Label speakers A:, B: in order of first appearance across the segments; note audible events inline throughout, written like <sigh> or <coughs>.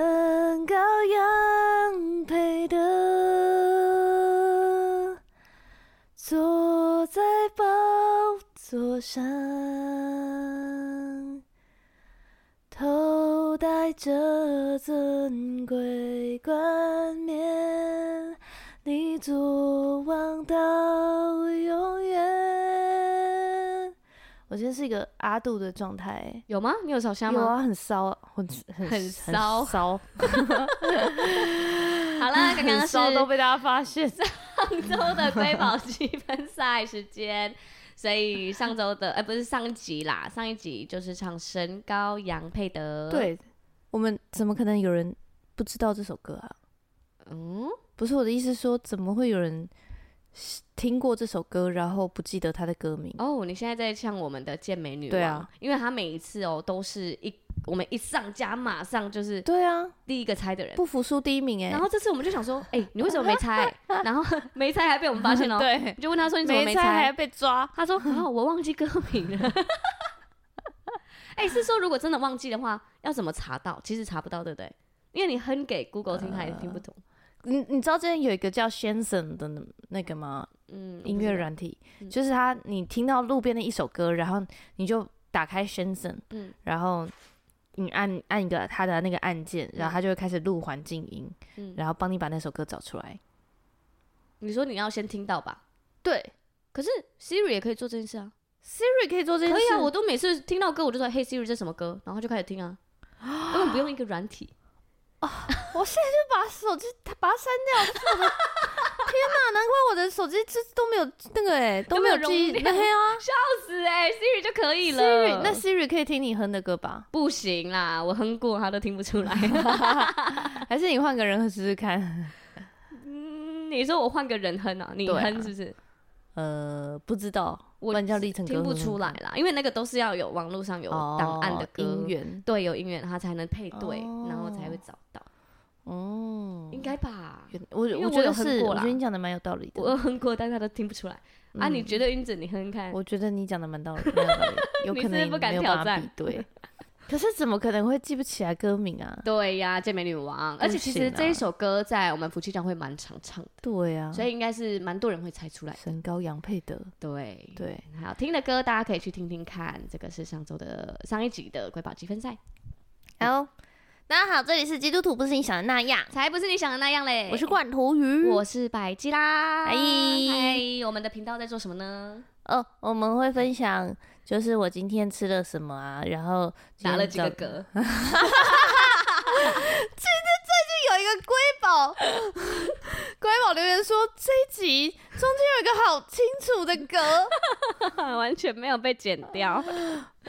A: 山高羊配的，坐在宝座上，头戴着尊贵冠冕，你作王到永远。我今天是一个阿杜的状态、欸。
B: 有吗？你有烧香
A: 有
B: 吗？
A: 啊，很骚啊，很很
B: 很骚
A: 骚，
B: 好
A: <laughs>
B: 啦，刚刚
A: 很
B: 是
A: 骚都被大家发
B: <laughs>
A: 现。
B: 上周的瑰
A: <laughs>
B: 宝积分赛时间，所以上周的哎、不是上一集啦，上一集就是唱《身高杨佩德》。，
A: 对，我们怎么可能有人不知道这首歌啊？
B: 嗯，
A: 不是我的意思说，怎么会有人听过这首歌，然后不记得它的歌名？
B: 哦，你现在在唱我们的健美女王，
A: 对啊，
B: 因为她每一次哦都是一我们一上架马上就是
A: 对啊，
B: 第一个猜的人。
A: 不服输第一名哎、
B: 然后这次我们就想说，哎、你为什么没
A: <laughs>
B: 猜？然后没猜还被我们发现了、
A: 对，
B: 你就问他说你怎么
A: 没
B: 猜？
A: 还被抓，
B: 他说啊，我忘记歌名了。 <laughs> 哎、是说如果真的忘记的话，要怎么查到？其实查不到，对不对？因为你哼给 Google 听，他也听不懂。
A: 你你知道之前有一个叫先生的那个吗？
B: 嗯，
A: 音乐软体，
B: 嗯
A: 就是他，你听到路边的一首歌，然后你就打开 s h a n s o n
B: 嗯
A: 然后你按按一个他的那个按键，
B: 嗯
A: 然后他就会开始录环境音，
B: 嗯
A: 然后帮你把那首歌找出来。
B: 你说你要先听到吧？
A: 对
B: 可是 Siri 也可以做这件事啊，
A: ，Siri 可以做这
B: 可
A: 件事，
B: 以啊！我都每次听到歌，我就说嘿 Siri 这什么歌，然后就开始听 <gasps> 啊，根本不用一个软体。
A: 我现在就把手机它把它删掉。我的天哪，难怪我的手机这都没有那个哎、都没有
B: 都没
A: 记
B: 有容
A: 忆。
B: 量
A: 对啊
B: 是哎、s i r i 就可以了。
A: ，Siri 那 Siri 可以听你哼的歌 <laughs> 吧？
B: 不行啦，我哼过他都听不出来。
A: 还是你换个人试试看？
B: 嗯， <laughs> 你说我换个人哼啊，你
A: 对啊
B: 哼是不是？
A: 呃，不知道，
B: 我
A: 不然叫历程
B: 听不出来啦，因为那个都是要有网络上有档案的歌，
A: 哦音源。
B: 对，有音源它才能配对，
A: 哦
B: 然后才会找到，
A: 哦，
B: 应该吧？
A: 原我
B: 因为
A: 我
B: 我
A: 觉
B: 有
A: 得
B: 哼
A: 是，
B: 过
A: 我
B: 啦
A: 觉得你讲的蛮有道理的。
B: 我有哼过，但他都听不出来、啊！
A: 嗯
B: 你觉得晕子，你哼哼看，
A: 我觉得你讲的蛮道理，蛮有道 <laughs> 理有
B: 你
A: 可
B: 是不是
A: 能
B: 不敢
A: 没有
B: 挑
A: 办法
B: 战
A: 比对。可是怎么可能会记不起来歌名啊？
B: 对呀，《健美女王》，
A: 不
B: 而且其实
A: 行啊
B: 这一首歌在我们夫妻档会蛮常唱的，
A: 对呀、啊，
B: 所以应该是蛮多人会猜出来。
A: 神高杨佩德，
B: 对，
A: 对，
B: 好听的歌大家可以去听听看，这个是上周的上一集的瑰宝积分赛，
A: 好，大家好，这里是基督徒不是你想的那样，
B: 才不是你想的那样嘞！
A: 我是罐头鱼。
B: 我是百吉啦，
A: 嗨
B: 嗨，我们的频道在做什么呢？
A: 哦，我们会分享就是我今天吃了什么啊，然后今
B: 打
A: 天
B: 了几个
A: 早
B: 嗝，
A: 有一个瑰宝， <laughs> 瑰宝留言说这一集中间有一个好清楚的格， <laughs>
B: 完全没有被剪掉，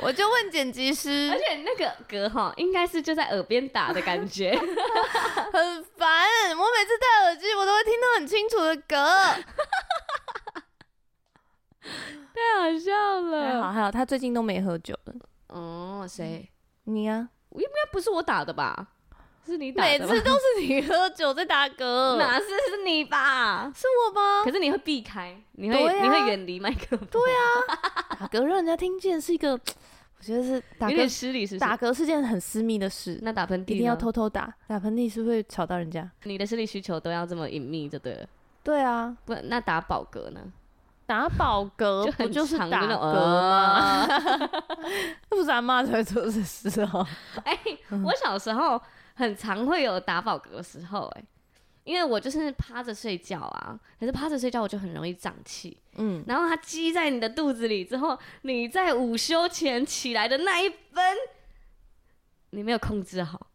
A: 我就问剪辑师
B: <laughs> 而，且那个嗝哈，应该是就在耳边打的
A: <laughs>
B: 感觉，
A: 很烦。我每次戴耳机，我都会听到很清楚的格。
B: 太好
A: 还
B: 笑
A: 好
B: 了。
A: 还好，他最近都没喝酒了。
B: 哦，谁？
A: 你啊，
B: 那不是我打的吧？是你打
A: 每
B: 的吧
A: 次都是你喝酒在打嗝，
B: 哪是是你
A: <laughs>
B: 吧？
A: 是我吗？
B: 可是你会避开，你会、
A: 对啊
B: 你会远离麦克风，对啊，
A: 打嗝让人家听见是一个，我觉得是打
B: 有点
A: 嗝
B: 失礼，是不是？
A: 啊打嗝是件很私密的事，
B: 那打喷嚏
A: 一
B: 呢
A: 定要，偷偷打，打喷嚏是会吵到人家。
B: 你的生理需求都要这么隐秘就对了。
A: 对啊，
B: 不，那打饱嗝呢？
A: 打饱嗝
B: 就
A: 不
B: 很
A: 就是
B: 长的
A: 打
B: 那
A: 嗝
B: 种哦
A: 吗？ <laughs> 不是阿妈才会做的事哦。
B: 哎、我小时候很常会有打饱嗝的时候、哎，因为我就是趴着睡觉啊，可是趴着睡觉我就很容易胀气，
A: 嗯，
B: 然后它积在你的肚子里之后，你在午休前起来的那一分，你没有控制好，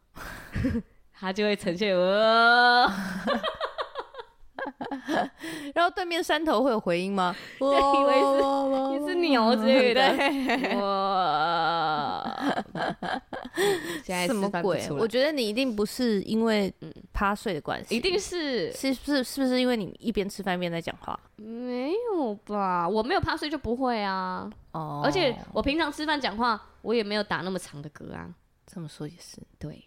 B: <laughs> 它就会呈现呃，
A: 然后对面山头会有回音吗？我
B: 以为是一只牛之类的，哇， <laughs> 现在
A: 什么
B: 示范不
A: 鬼？
B: 出来嗯
A: 我觉得你一定不是因为趴睡的关系，
B: 一定 <laughs> 是
A: 是是是不是因为你一边吃饭一边在讲话？
B: 没有吧？我没有趴睡就不会啊。
A: 哦
B: 而且我平常吃饭讲话，我也没有打那么长的嗝啊。
A: 这么说也是，
B: 对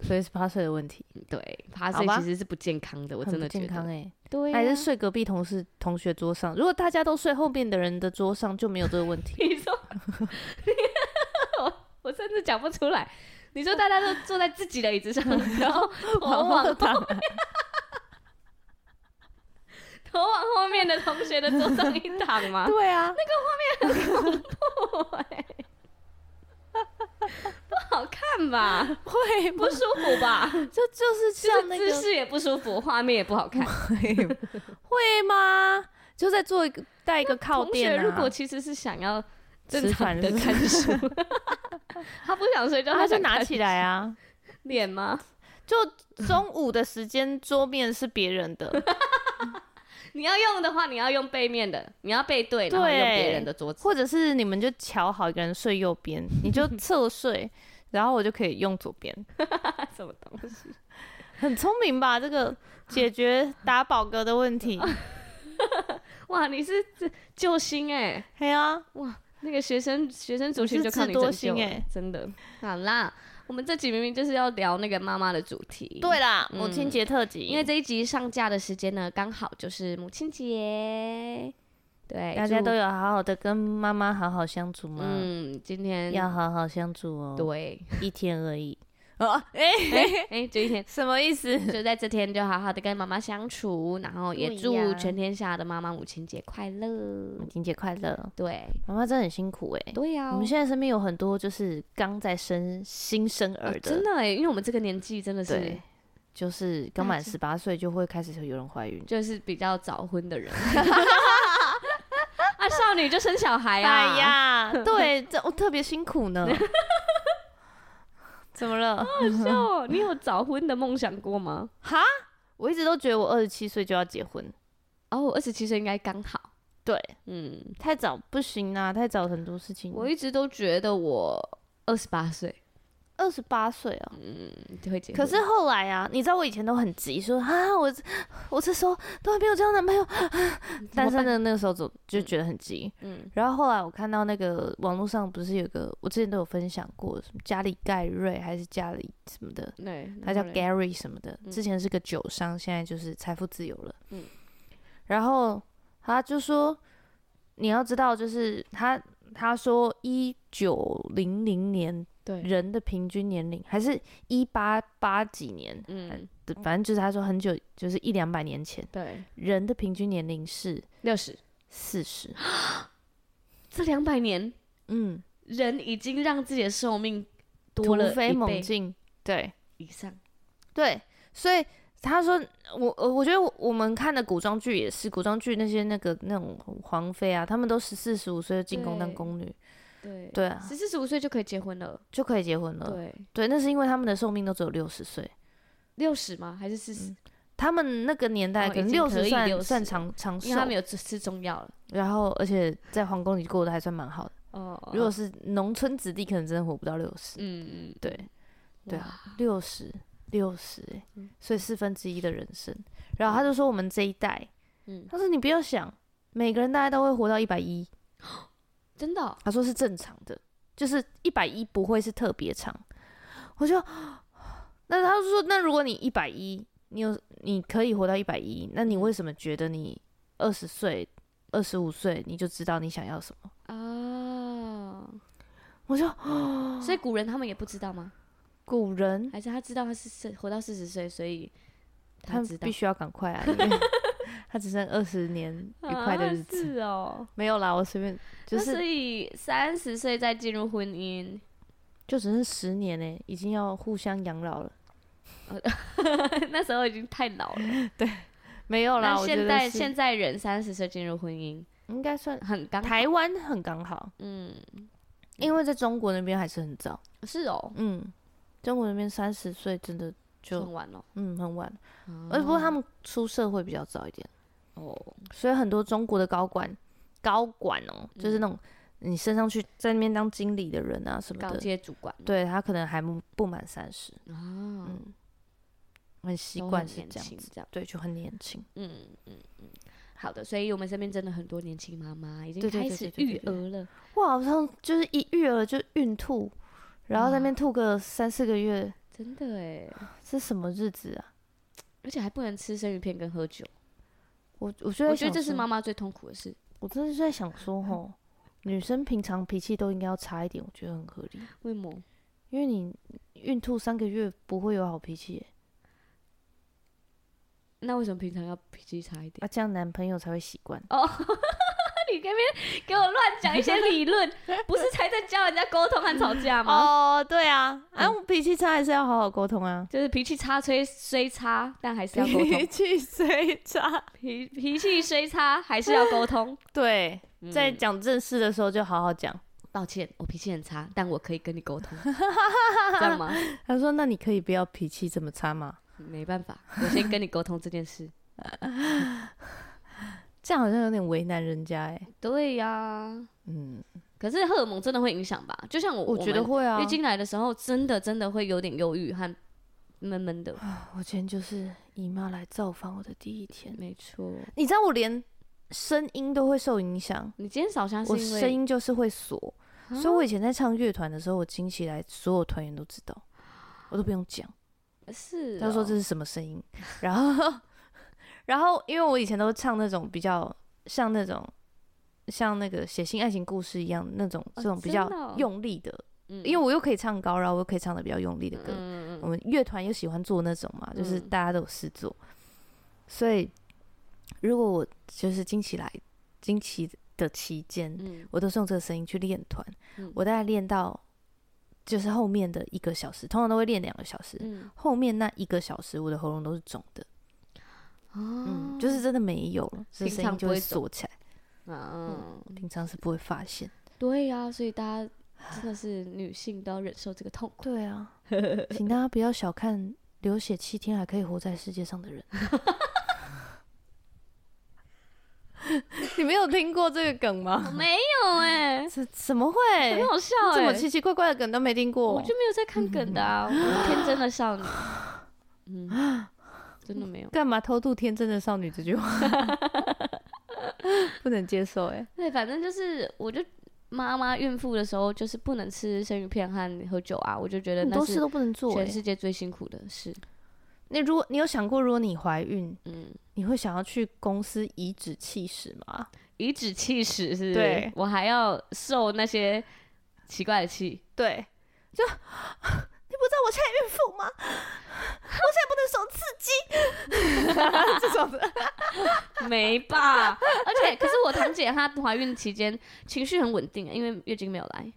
A: 所以是趴睡的问题，
B: 对，趴
A: 好
B: 睡
A: 吧
B: 其实是不健康的，我真的
A: 很不
B: 觉
A: 健康
B: 得。
A: 哎，
B: 对啊、
A: 还是
B: <laughs>
A: 睡隔壁同事同学桌上？如果大家都睡后面的人的桌
B: <laughs>
A: 上，就没有这个问题。
B: 你说，我我甚至讲不出来。你说大家都坐在自己的
A: <laughs>
B: 椅子上，然后头
A: 往
B: 往
A: 后躺，
B: 头往后面的同学的桌上一躺
A: <laughs>
B: 吗？
A: 对啊，
B: 不好看吧？
A: 会
B: 不舒服
A: <laughs>
B: 吧？
A: 就就是
B: <laughs> 就是
A: 像那
B: 姿
A: 个嗯
B: 势也不舒服，画面也不好看。
A: 会 <laughs> 会吗？就在做一个带一个靠
B: 同学
A: 垫啊。
B: 如果其实是想要正
A: 吃
B: 常
A: 饭
B: 的
A: 是不是啊
B: 看书， <laughs> 他不想
A: <laughs>
B: 睡觉，
A: 他就
B: 想
A: 拿
B: 看
A: 起来啊，
B: 脸吗？
A: 就中午的时间桌面是别人的，
B: <laughs> 你要用的话，你要用背面的，你要背对，然后用别人的桌子。
A: 或者是你们就瞧好一个人睡右边，你
B: <laughs>
A: 就侧睡，然后我就可以用左边。
B: 什么东西？
A: 很聪明吧？这个解决打饱嗝的问
B: <laughs>
A: 题。
B: 哇，你是这救星哎、
A: 嘿啊，
B: 那个学生学生族群
A: 你
B: 就是靠你
A: 智多
B: 拯救
A: 星
B: 了
A: 欸
B: 真的。好啦，我们这集明明就是要聊那个妈妈的主题，
A: 对啦，
B: 嗯
A: 母亲节特辑，
B: 因为这一集上架的时间呢，刚好就是母亲节，对，
A: 大家
B: 祝
A: 都有好好的跟妈妈好好相处嘛，
B: 嗯，今天
A: 要好好相处哦，
B: 对， <laughs>
A: 一天而已。哦，哎、
B: 哎，这一天
A: 什么意思？
B: 就在这天就好好的跟妈妈相处，然后也
A: 对
B: 祝
A: 呀
B: 全天下的妈妈母亲节快乐
A: 母。亲节快乐！
B: 对，
A: 妈妈真的很辛苦哎、
B: 对哦呀、
A: 我们现在身边有很多就是刚在生新生儿
B: 哦
A: 的，
B: 真的哎，因为我们这个年纪真的是
A: 对就是刚
B: 那
A: 满
B: 这
A: 十八岁就会开始有人怀孕。
B: 就是比较早婚的人。 <laughs> 啊，少女就生小孩啊！
A: 哎呀，
B: <laughs>
A: 对，这我特别辛苦呢。怎么了？
B: 哟，哦你有早婚的梦想过吗？
A: 哈，我一直都觉得我二十七岁就要结婚，
B: 哦，我二十七岁应该刚好。
A: 对，
B: 嗯，
A: 太早不行啊，太早很多事情。
B: 我一直都觉得我二十八岁
A: 二十八岁啊，
B: 就会结婚。
A: 可是后来啊，你知道我以前都很急，说啊，我这我这时候都还没有交男朋友，啊单身的那个时候总就觉得很急。
B: 嗯，
A: 然后后来我看到那个网络上不是有个，我之前都有分享过，什么加里盖瑞还是加里什么的，
B: 对，
A: 他叫
B: 然后嘞
A: Gary 什么的，
B: 嗯
A: 之前是个酒商，现在就是财富自由了。
B: 嗯
A: 然后他就说，你要知道，就是他他说一九零零年
B: 对，
A: 人的平均年龄还是一八八几年，
B: 嗯，
A: 反正就是他说很久，就是一两百年前
B: 对，
A: 人的平均年龄是
B: 六十，
A: 四
B: <gasps>
A: 十。
B: 这两百年
A: 嗯，
B: 人已经让自己的寿命
A: 突
B: 多了
A: 飞
B: 一
A: 猛
B: 倍
A: 进，对
B: 以上。
A: 对，所以。他说：“我呃，我觉得我我们看的古装剧也是，古装剧那些那个那种皇妃啊，他们都十四十五岁就进宫当
B: 对
A: 宫女，
B: 对，
A: 对啊，嗯
B: 十四十五岁就可以结婚了。
A: 就可以结婚了。
B: 对，
A: 对，那是因为他们的寿命都只有六十岁，
B: 六十吗？还是四十？
A: 他们那个年代
B: 哦
A: 可
B: 已
A: 能
B: 经
A: 六
B: 可
A: 十
B: 以
A: 算
B: 60
A: 算
B: 了
A: 长长
B: 因
A: 寿
B: 为，他们有吃吃中药了。
A: 然后而且在皇宫里过得还算蛮好的。
B: 哦，
A: 如果是农村子弟，可能真的活不到六十。
B: 嗯，嗯，
A: 对，对
B: 哇，
A: 啊，六十六十，哎，
B: 嗯
A: 所以四分之一的人生。然后他就说我们这一代，
B: 嗯
A: 他说你不要想，每个人大概都会活到一百一，
B: 真的哦、
A: 他说是正常的，就是一百一不会是特别长。我就，那他就说，那如果你一百一，你有你可以活到一百一，那你
B: 嗯
A: 为什么觉得你二十岁、二十五岁你就知道你想要什么？
B: 啊哦，
A: 我就哦
B: 所以古人他们也不知道吗？
A: 古人
B: 还是他知道他是四活到四十岁，所以
A: 他
B: 知道
A: 必须要赶
B: <laughs>
A: 快啊，因为他只剩二十年愉快的日子。
B: 啊是哦，
A: 没有啦，我随便就
B: 那所
A: 是
B: 以三十岁再进入婚姻， <laughs>
A: 就只剩十年呢、欸已经要互相养老了。
B: 那时候已经太老
A: <laughs>
B: 了。
A: 没有啦，
B: 那
A: 我觉
B: 现
A: 得
B: 在
A: 是
B: 现在人三十岁进入婚姻
A: 应该算
B: 很刚好，
A: 台湾很刚好，
B: 嗯，
A: 因为在中国那边还是很早。
B: 是哦，
A: 嗯，中国那边三十岁真的就
B: 很晚哦了。
A: 嗯很晚，而不过他们出社会比较早一点，
B: 哦，
A: 所以很多中国的高管高管哦、就是那种你升上去在那边当经理的人啊什么
B: 高
A: 的，
B: 阶主管
A: 对他可能还不不满三十，
B: 啊，
A: 嗯，很习
B: 都很
A: 惯是
B: 年
A: 这样
B: 轻
A: 子，
B: 这样，
A: 对，就很年轻，
B: 嗯嗯嗯。好的，所以我们身边真的很多年轻妈妈已经
A: 对对
B: 开
A: 对
B: 始
A: 对对
B: 育
A: 对对
B: 儿了，
A: 我好像就是一育儿就孕吐，然后在那边吐个三四个月，
B: 真的哎，
A: 这什么日子啊？
B: 而且还不能吃生鱼片跟喝酒，
A: 我我觉得
B: 我觉得这是
A: 吗？
B: 妈妈最痛苦的事。
A: 我真的是在想说，吼，女生平常脾气都应该要差一点，我觉得很合理。
B: 为什么？
A: 因为你孕吐三个月不会有好脾气耶
B: 那为什么平常要脾气差一点？
A: 啊，这样男朋友才会习惯。
B: 那 <laughs> 你那边给我乱讲一些理论，不是才在教人家沟通和吵架 <laughs> 吗？
A: 哦，对啊，
B: 嗯
A: 啊，脾气差还是要好好沟通 <laughs> 啊。
B: 就是脾气差虽虽差，但还是要沟
A: 脾
B: <laughs> 通。
A: 气虽差，
B: 脾脾气虽差，还是要沟 <laughs> 通。
A: 对，
B: 嗯
A: 在讲正事的时候就好好讲。
B: 抱歉，我脾气很差，但我可以跟你 <laughs> 沟通，这样吗？
A: 他说：“那你可以不要脾气这么差吗
B: 没办法，我先跟你沟通这件事。？”
A: 这样好像有点为难人家哎、
B: 对呀、
A: 嗯，
B: 可是荷尔蒙真的会影响吧？就像我，
A: 我觉得
B: 们
A: 会啊
B: 月。经来的时候，真的真的会有点忧郁和闷闷的。
A: 我今天就是姨妈来造访我的第一天，
B: 没错，
A: 你知道我连声音都会受影响，
B: 你今天早啊上是
A: 我
B: 因为
A: 声音就是会锁，
B: 啊
A: 所以我以前在唱乐团的时候，我惊起来，所有团员都知道，我都不用讲。
B: 是、哦
A: 他说这，是什么声音， <laughs> 然后，然后因为我以前都唱那种比较像那种像那个写信爱情故事一样那种这种比
B: 真
A: 较
B: 的哦
A: 用力的，
B: 嗯
A: 因为我又可以唱高，然后我又可以唱的比较用力的歌。
B: 嗯嗯
A: 我们乐团又喜欢做那种嘛，就是
B: 嗯
A: 大家都有事做，所以如果我就是惊奇来惊奇的期间，
B: 嗯
A: 我都是用这个声音去练团，
B: 嗯
A: 我大概练到就是后面的一个小时，通常都会练两个小时，
B: 嗯
A: 后面那一个小时我的喉咙都是肿的，
B: 嗯
A: 嗯，就是真的没有了，这
B: 哦平
A: 声
B: 常
A: 音就
B: 不会
A: 锁起来，
B: 嗯，
A: 平常是不会发现。
B: 对呀、所以大家真的是女性都要忍受这个痛苦。
A: 对 <laughs> 啊，请大家不要小看流血七天还可以活在世界上的人。 <laughs> 你没有听过这个梗 <laughs>
B: 我
A: 吗？
B: 没有哎、
A: 怎怎么会？
B: 很好笑
A: 这
B: 哎、
A: 么奇奇怪怪的梗都没听过
B: 我就？没有在看梗的啊，我是天真
A: <laughs>
B: 的少女。嗯，真的没有。
A: 干嘛偷渡天真的少女这句话？ <laughs> 不能接受哎、
B: 对，反正就是，我就妈妈孕妇的时候，就是不能吃生鱼片和喝酒啊，我就觉得
A: 很
B: 那
A: 多事
B: 是
A: 嗯都不能做、
B: 全
A: 欸。
B: 世界最辛苦的事。
A: 那如果你有想过，如果你怀孕，
B: 嗯，
A: 你会想要去公司颐指气使吗？
B: 颐指气使是不是
A: 对
B: 我还要受那些奇怪的气。
A: 对，就 <laughs> 你不知道我现在孕妇吗？ <laughs> 我现在不能手刺激，这 <laughs> 种的。
B: 没吧？ <laughs> 而且，可是我堂姐她怀孕期间情绪很稳定，欸因为月经没有
A: <gasps>
B: 来，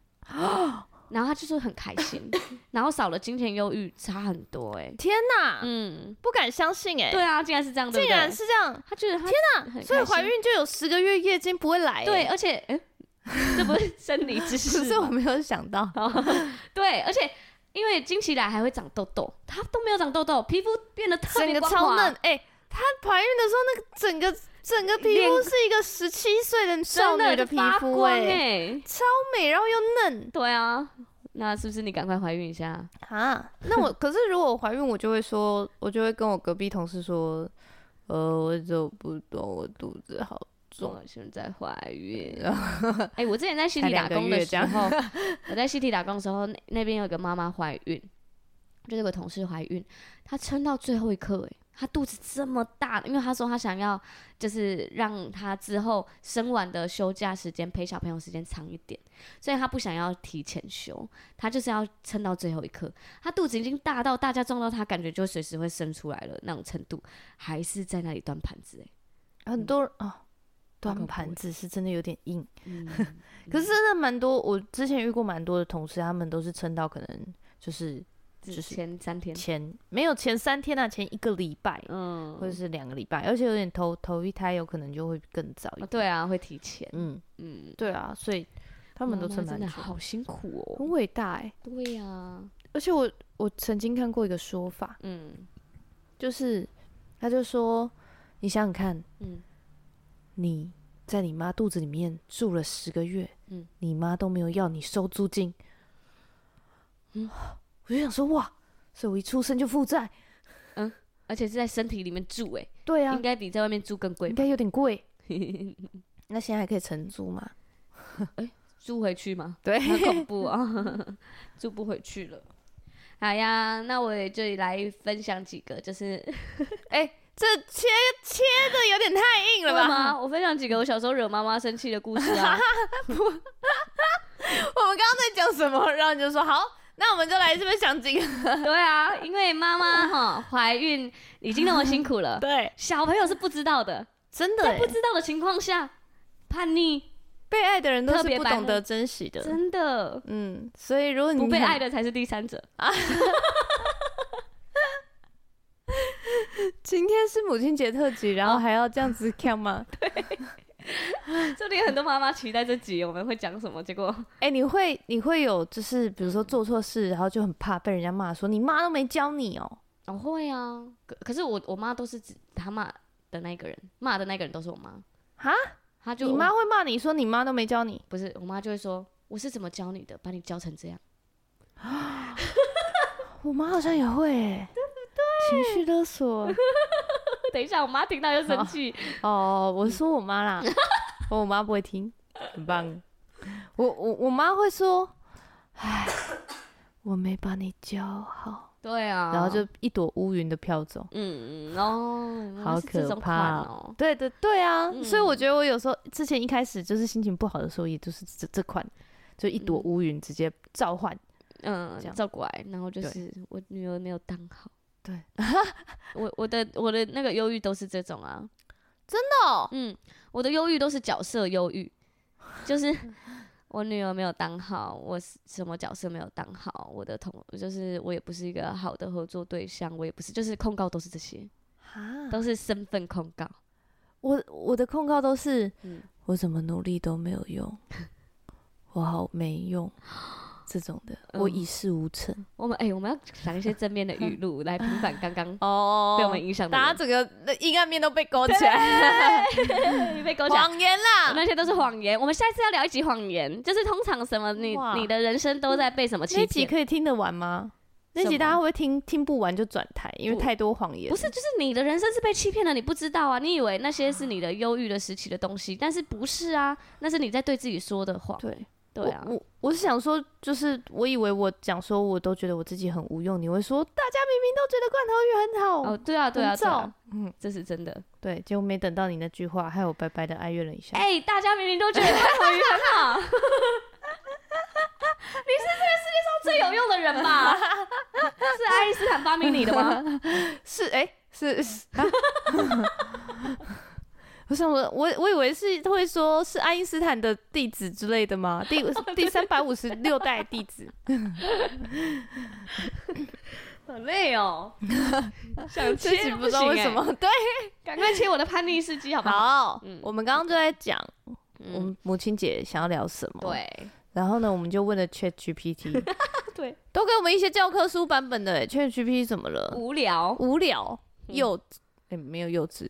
B: 然后她就是很开心，然后少了经前忧郁，差很多哎、
A: 天哪，
B: 嗯，
A: 不敢相信哎、
B: 对啊，竟然是这样，
A: 啊竟
B: 对不对
A: 然是这样，
B: 她觉得她天哪
A: 所以怀孕就有十个月月经不会来、欸。
B: 对，，而且哎、 <laughs> 这不是生理知
A: 只
B: 识
A: 是我
B: 吗？哦
A: 没有想到。
B: 对，而且因为经期来还会长痘痘，她都没有长痘痘，皮肤变得特
A: 整
B: 别
A: 个
B: 光
A: 超
B: 滑
A: 嫩。，哎、她怀孕的时候，那个整个整个皮肤
B: 脸
A: 是一个十七岁的少
B: 真的
A: 女的皮
B: 发
A: 肤、
B: 光
A: 哎，
B: 哎，
A: 超美，然后又嫩
B: 对啊，那是不是你赶快怀孕一下？
A: 啊。 <laughs> 那我可是如果我怀孕，我就会说，我就会跟我隔壁同事说，呃，我走不动，我肚子好重。
B: 我现在怀孕。 <laughs> 哎、我之前在西体
A: 才两
B: 打
A: 个
B: 工的
A: 月
B: 时
A: 这样
B: 候， <laughs> 我在西体打工的时候，那那边有个妈妈怀孕，就是有个同事怀孕，她撑到最后一刻、哎，她肚子这么大，因为她说她想要就是让她之后生完的休假时间陪小朋友时间长一点，所以她不想要提前休，她就是要撑到最后一刻。她肚子已经大到大家撞到她，感觉就随时会生出来了那种程度，还是在那里端盘子、哎。
A: 很多人哦，
B: 恐
A: 端
B: 怖
A: 盘
B: 欸
A: 子是真的有点硬，
B: 嗯
A: 可是真的蛮多。我之前遇过蛮多的同事，他们都是撑到可能就是
B: 之
A: 就是
B: 前三天，
A: 前没有前三天啊，前一个礼拜，
B: 嗯，
A: 或者是两个礼拜，而且有点头头一胎有可能就会更早一
B: 哦
A: 点。
B: 对啊，会提前，
A: 嗯，
B: 嗯，
A: 对啊，所以他
B: 他
A: 们都撑蛮
B: 真
A: 久
B: 的
A: 的，
B: 好辛苦哦。
A: 很伟大哎、
B: 对呀，
A: 而且我我曾经看过一个说法，
B: 嗯
A: 就是他就说，你想想看，
B: 嗯，
A: 你在你妈肚子里面住了十个月，
B: 嗯
A: 你妈都没有要你收租金，
B: 嗯
A: 我就想说哇，所以我一出生就负债，
B: 而且是在身体里面住，哎，
A: 对啊
B: 应，该比在外面住更贵
A: 应
B: 吧？
A: 该有点贵。 <laughs> 那现在还可以承租吗？
B: 住回去吗？ <laughs>
A: 对
B: 很恐怖啊，住不回去了。好呀，那我也这里来分享几个，就是
A: 哎、这切切的有点太硬了
B: 会
A: 吧？
B: 吗？我分享几个我小时候惹妈妈
A: <laughs>
B: 生气的故事啊。
A: 我们刚刚在讲什么？然后你就说好，那我们就来这边想几个。
B: 对啊，因为妈妈哈怀孕已经那么辛苦了，
A: <laughs> 对，
B: 小朋友是不知道的，
A: 真的
B: 在
A: 欸
B: 不知道的情况下叛逆，
A: 被爱的人都
B: 特
A: 是
B: 别
A: 不
B: 白
A: 懂
B: 目
A: 得珍惜的。
B: 真的
A: 嗯，所以如果你
B: 不被
A: 很
B: 爱的才是第三者。
A: 今天是母亲节特辑，然后还要这样子看吗？
B: 这里很多妈妈期待这集我们会讲什么，结果
A: <laughs> 哎、你会你会有就是比如说做错事，然后就很怕被人家骂，说你妈都没教你哦、
B: 我、会啊，可可是我我妈都是指她骂的那个人，骂的那个人都是我妈，
A: 哈，
B: 她就
A: 你妈会骂你说你妈都没教你，
B: 不是我妈就会说我是怎么教你的，把你教成这样。
A: 我妈好像也会、欸，对不对？情绪勒 <laughs> 索。
B: <laughs> 等一下，我妈听到就生气。
A: 哦，我说我妈 <laughs> 啦，哦我妈不会听，很棒。我我我妈会说，唉，我没把你教好，
B: <laughs> 对啊，
A: 然后就一朵乌云的飘走。
B: 嗯哦，
A: 好
B: 是这
A: 可
B: 种
A: 怕
B: 款哦。
A: 对对对啊，
B: 嗯
A: 所以我觉得我有时候之前一开始就是心情不好的时候，也就是这这款，就一朵
B: 嗯
A: 乌云直接召唤。
B: 嗯
A: 这样，
B: 照过来，然后就
A: 对
B: 是我女儿没有当好。
A: 对，
B: <laughs> 我我的我的那个忧郁都是这种啊，
A: no，
B: 嗯，我的忧郁都是角色忧郁，就是
A: <laughs>
B: 我女儿没有当好，我是什么角色没有当好，我的同就是我也不是一个好的合作对象，我也不是，就是控告都是这些，
A: 啊，
B: 都是身份控告。
A: 我我的控告都是，
B: 嗯
A: 我怎么努力都没有用，我好没用，这种的，我
B: 嗯
A: 一事无成。
B: 我们哎、我们要想一些正面的语录来平反刚刚
A: 哦
B: 被我们影响的
A: 大家
B: 人，
A: 整个那阴暗面都被勾起来，
B: <laughs> 被勾起来。
A: 谎言啦，
B: 那些都是谎言，我们下一次要聊一集谎言，就是通常什么你
A: 哇
B: 你的人生都在被什么
A: 那
B: 欺
A: 集
B: 骗？
A: 可以听得完吗？那
B: 什
A: 集
B: 么
A: 大家会不会听听不完就转台，因为
B: 不
A: 太多谎言。
B: 不是，，就是你的人生是被欺骗了，你不知道啊！你以为那些是你的忧郁的时期的东西，但是不是啊？那是你在对自己说的谎。
A: 对
B: 对啊，
A: 我我我是想说，就是我以为我讲说我都觉得我自己很无用，你会说大家明明都觉得罐头鱼很好，
B: 哦，对啊，对啊，
A: 很
B: 对
A: 燥
B: 啊，，
A: 嗯，
B: 这是真的。
A: 对，结果没等到你那句话，害我白白的哀怨了一下。
B: 哎、大家明明都觉得太好鱼很好，你是 <laughs> 这个世界上最有用的
A: <laughs>
B: 人吧？是爱因斯坦发明你的吗？
A: 是哎、
B: <laughs>
A: 是是、啊 <laughs> 我想我我我以为是会说是爱因斯坦的弟子之类的吗？第
B: 哦
A: 第三百五十六代弟
B: <laughs>
A: 子，
B: 好累 <laughs> 哦，想
A: 自
B: 切
A: 己
B: 都
A: 不知欸道为
B: 行
A: 什
B: 哎 <laughs>
A: 么。对，
B: 赶快切我的叛逆事迹好不好？
A: 好，
B: 嗯
A: 我们刚刚就在讲我
B: 嗯，
A: 们母亲节想要聊什么，，
B: 对，
A: 然后呢，我们就问了 Chat GPT，
B: <laughs> 对，
A: 都给我们一些教科书版本的欸 Chat GPT 怎么了？
B: 无聊，
A: 无聊
B: 嗯
A: 幼稚，哎、没有幼稚，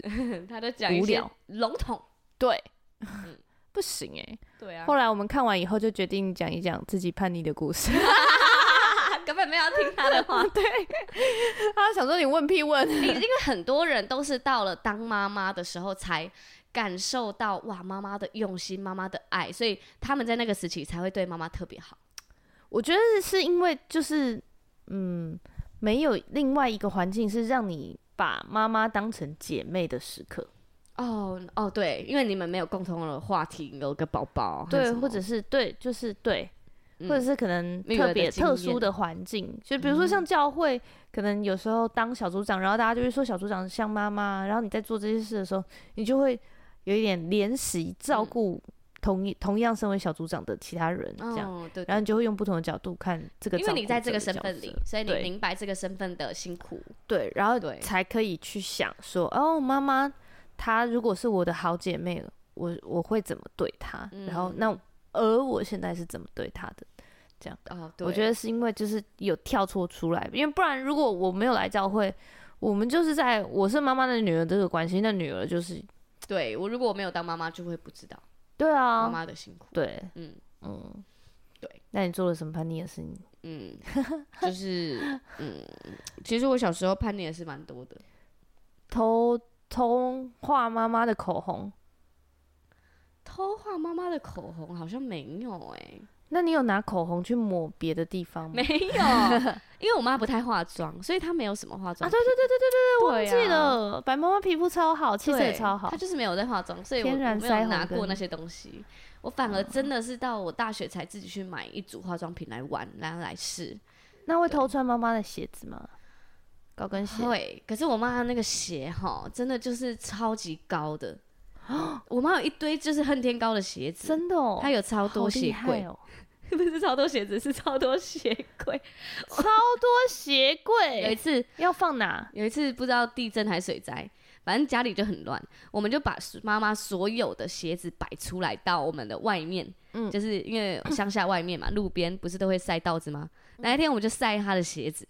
B: 他都讲一些
A: 无聊
B: 笼统。
A: <laughs> 对，不行哎、
B: 对啊，
A: 后来我们看完以后，就决定讲一讲自己叛逆的故 <laughs> 事。
B: 根本没有要听他的话。 <laughs> 对，
A: 他想说你问屁问， <laughs>
B: 因为很多人都是到了当妈妈的时候才感受到哇，妈妈的用心，妈妈的爱，所以他们在那个时期才会对妈妈特别好。
A: 我觉得是因为就是嗯，没有另外一个环境是让你把妈妈当成姐妹的时刻，
B: 哦哦，对，因为你们没有共同的话题，有个宝宝，还有
A: 对，
B: 什么
A: 或者是对，就是对，
B: 嗯
A: 或者是可能
B: 育儿
A: 特
B: 的
A: 别
B: 经
A: 特殊
B: 验嗯
A: 的环境，就比如说像教会，可能有时候当小组长，然后大家就会说小组长像妈妈，然后你在做这些事的时候，你就会有一点怜惜照
B: 嗯
A: 顾同一、同样身为小组长的其他人这样。
B: 哦，对，
A: 然后
B: 对
A: 你就会用不同的角度看这个，
B: 因为你在这个身份
A: 里。
B: 里，所以你
A: 对
B: 明白这个身份的辛苦。
A: 对，然后
B: 对
A: 才可以去想说，哦，妈妈，她如果是我的好姐妹，我我会怎么对她？然后
B: 嗯
A: 那而我现在是怎么对她的？
B: 哦，对，
A: 我觉得是因为就是有跳脱出来，因为不然如果我没有来教会，我们就是在我是妈妈的女儿这个关系，那女儿就是
B: 对我如果我没有当妈妈，就会不知道
A: 对啊，
B: 妈妈的辛苦。
A: 对，
B: 嗯
A: 嗯，
B: 对。
A: 那你做了什么叛逆的事情？
B: 嗯，就是嗯，其实我小时候叛逆也是蛮多的。
A: 偷偷画妈妈的口红，
B: 偷画妈妈的口红好像没有哎、
A: 那你有拿口红去抹别的地方吗？
B: 没有， <laughs> 因为我妈不太化妆，所以她没有什么化妆
A: 啊，对对对对对对，
B: 对
A: 忘记
B: 啊
A: 了，白妈妈皮肤超好，气色也
B: 对
A: 超好
B: 她。就是没有在化妆，所以我
A: 天
B: 我
A: 然
B: 没
A: 腮
B: 有
A: 红
B: 拿过
A: 跟
B: 那些东西。哦我反而真的是到我大学才自己去买一组化妆品来玩，然后来试。
C: 那会偷穿妈妈的鞋子吗？高跟鞋？
B: 会，可是我妈那个鞋哈，真的就是超级高的。我妈有一堆就是恨天高的鞋子，
C: 真的哦，
B: 她有超多
C: 好厉
B: 鞋
C: 害
B: 柜，
C: 哦，
B: <laughs> 不是超多鞋子，是超多鞋柜。
C: 超多鞋
B: 有一
C: 柜，
B: 次，
C: 要放哪？
B: 有一次不知道地震还是水灾，反正家里就很乱，我们就把妈妈所有的鞋子摆出来到我们的外面，
C: 嗯
B: 就是因为乡下外面嘛， <coughs> 路边不是都会晒稻子吗？哪一天我们就晒她的鞋子，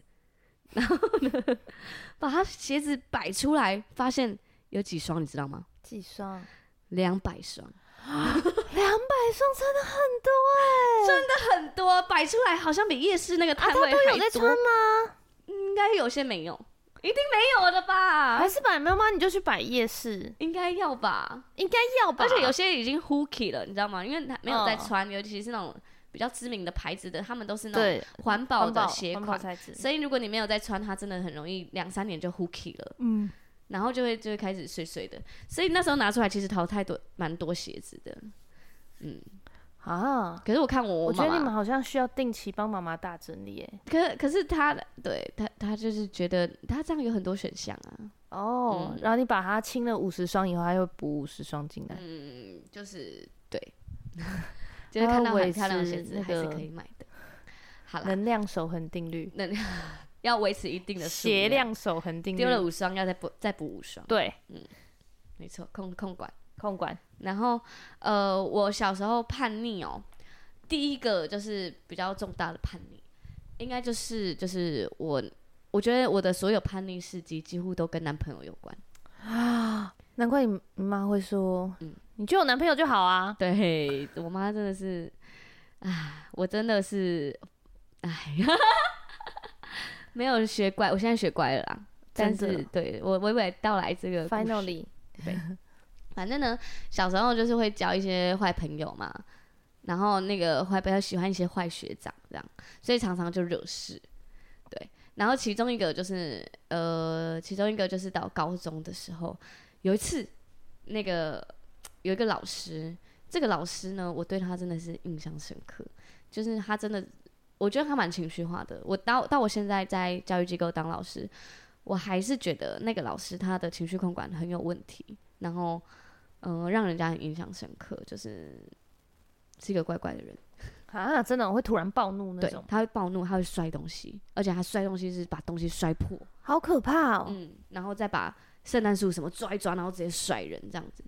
B: 然后呢， <laughs> 把她鞋子摆出来，发现有几双，你知道吗？
C: 几双？
B: 两百双，
C: 两百双真的很多哎、
B: 真的很多，摆出来好像比夜市那个摊位还多。
C: 有在穿吗？
B: 应该有些没有，一定没有的吧
C: 还？是摆妈妈你就去摆夜市，
B: 应该要吧？
C: 应该
B: <laughs>
C: 要吧？
B: 而且有些已经 hooky 了，你知道吗？因为他没有在
C: 嗯
B: 穿，尤其是那种比较知名的牌子的，他们都是那种
C: 对
B: 环保
C: 环
B: 的
C: 保
B: 鞋
C: 环保
B: 款，
C: 材质，
B: 所以如果你没有在穿，它真的很容易两三年就 hooky 了，
C: 嗯，
B: 然后就会就会开始碎碎的。所以那时候拿出来，其实淘汰多蛮多鞋子的。
C: 啊，
B: 可是我看我
C: 我
B: 妈
C: 觉得你们
B: 妈，
C: 好像需要定期帮妈妈大整理哎。
B: 可可是她对她她就是觉得她这样有很多选项啊，
C: 哦，
B: 嗯
C: 然后你把它清了五十双以后，它又补五十双进来。
B: 嗯，就是对，就是看到
C: 哦我
B: 很
C: 也
B: 漂亮的
C: 是
B: 鞋子
C: 那
B: 还是
C: 个
B: 可以买的。好了，
C: 能量守恒定律，
B: 能要维持一定的数
C: 鞋量守恒定律。
B: 丢了五双，要再补再补五双，
C: 对，
B: 没错，控控管。
C: 嗯控管
B: 然后呃，我小时候叛逆哦，第一个就是比较重大的叛逆，应该就是就是我，我觉得我的所有叛逆事迹几乎都跟男朋友有关。
C: 啊，难怪你你妈会说，你就有男朋友就好啊。
B: 对我妈真的是，唉，我真的是，唉， <laughs> 没有学乖，我现在学乖了啦。但
C: 真的哦
B: 是对我娓娓道来这个故事
C: Finally，
B: 反正呢，小时候就是会交一些坏朋友嘛，然后那个坏朋友喜欢一些坏学长这样，所以常常就惹事。对，然后其中一个就是呃，其中一个就是到高中的时候，有一次那个有一个老师，这个老师呢，我对他真的是印象深刻，就是他真的，我觉得他蛮情绪化的。我到到我现在在教育机构当老师，我还是觉得那个老师他的情绪控管很有问题，然后。嗯、让人家很印象深刻，就是是一个怪怪的人，
C: 啊，真的我会突然暴怒那
B: 对
C: 种，，
B: 他会暴怒，他会摔东西，而且他摔东西是把东西摔破，
C: 好可怕哦！
B: 嗯，然后再把圣诞树什么抓一抓，然后直接甩人这样子。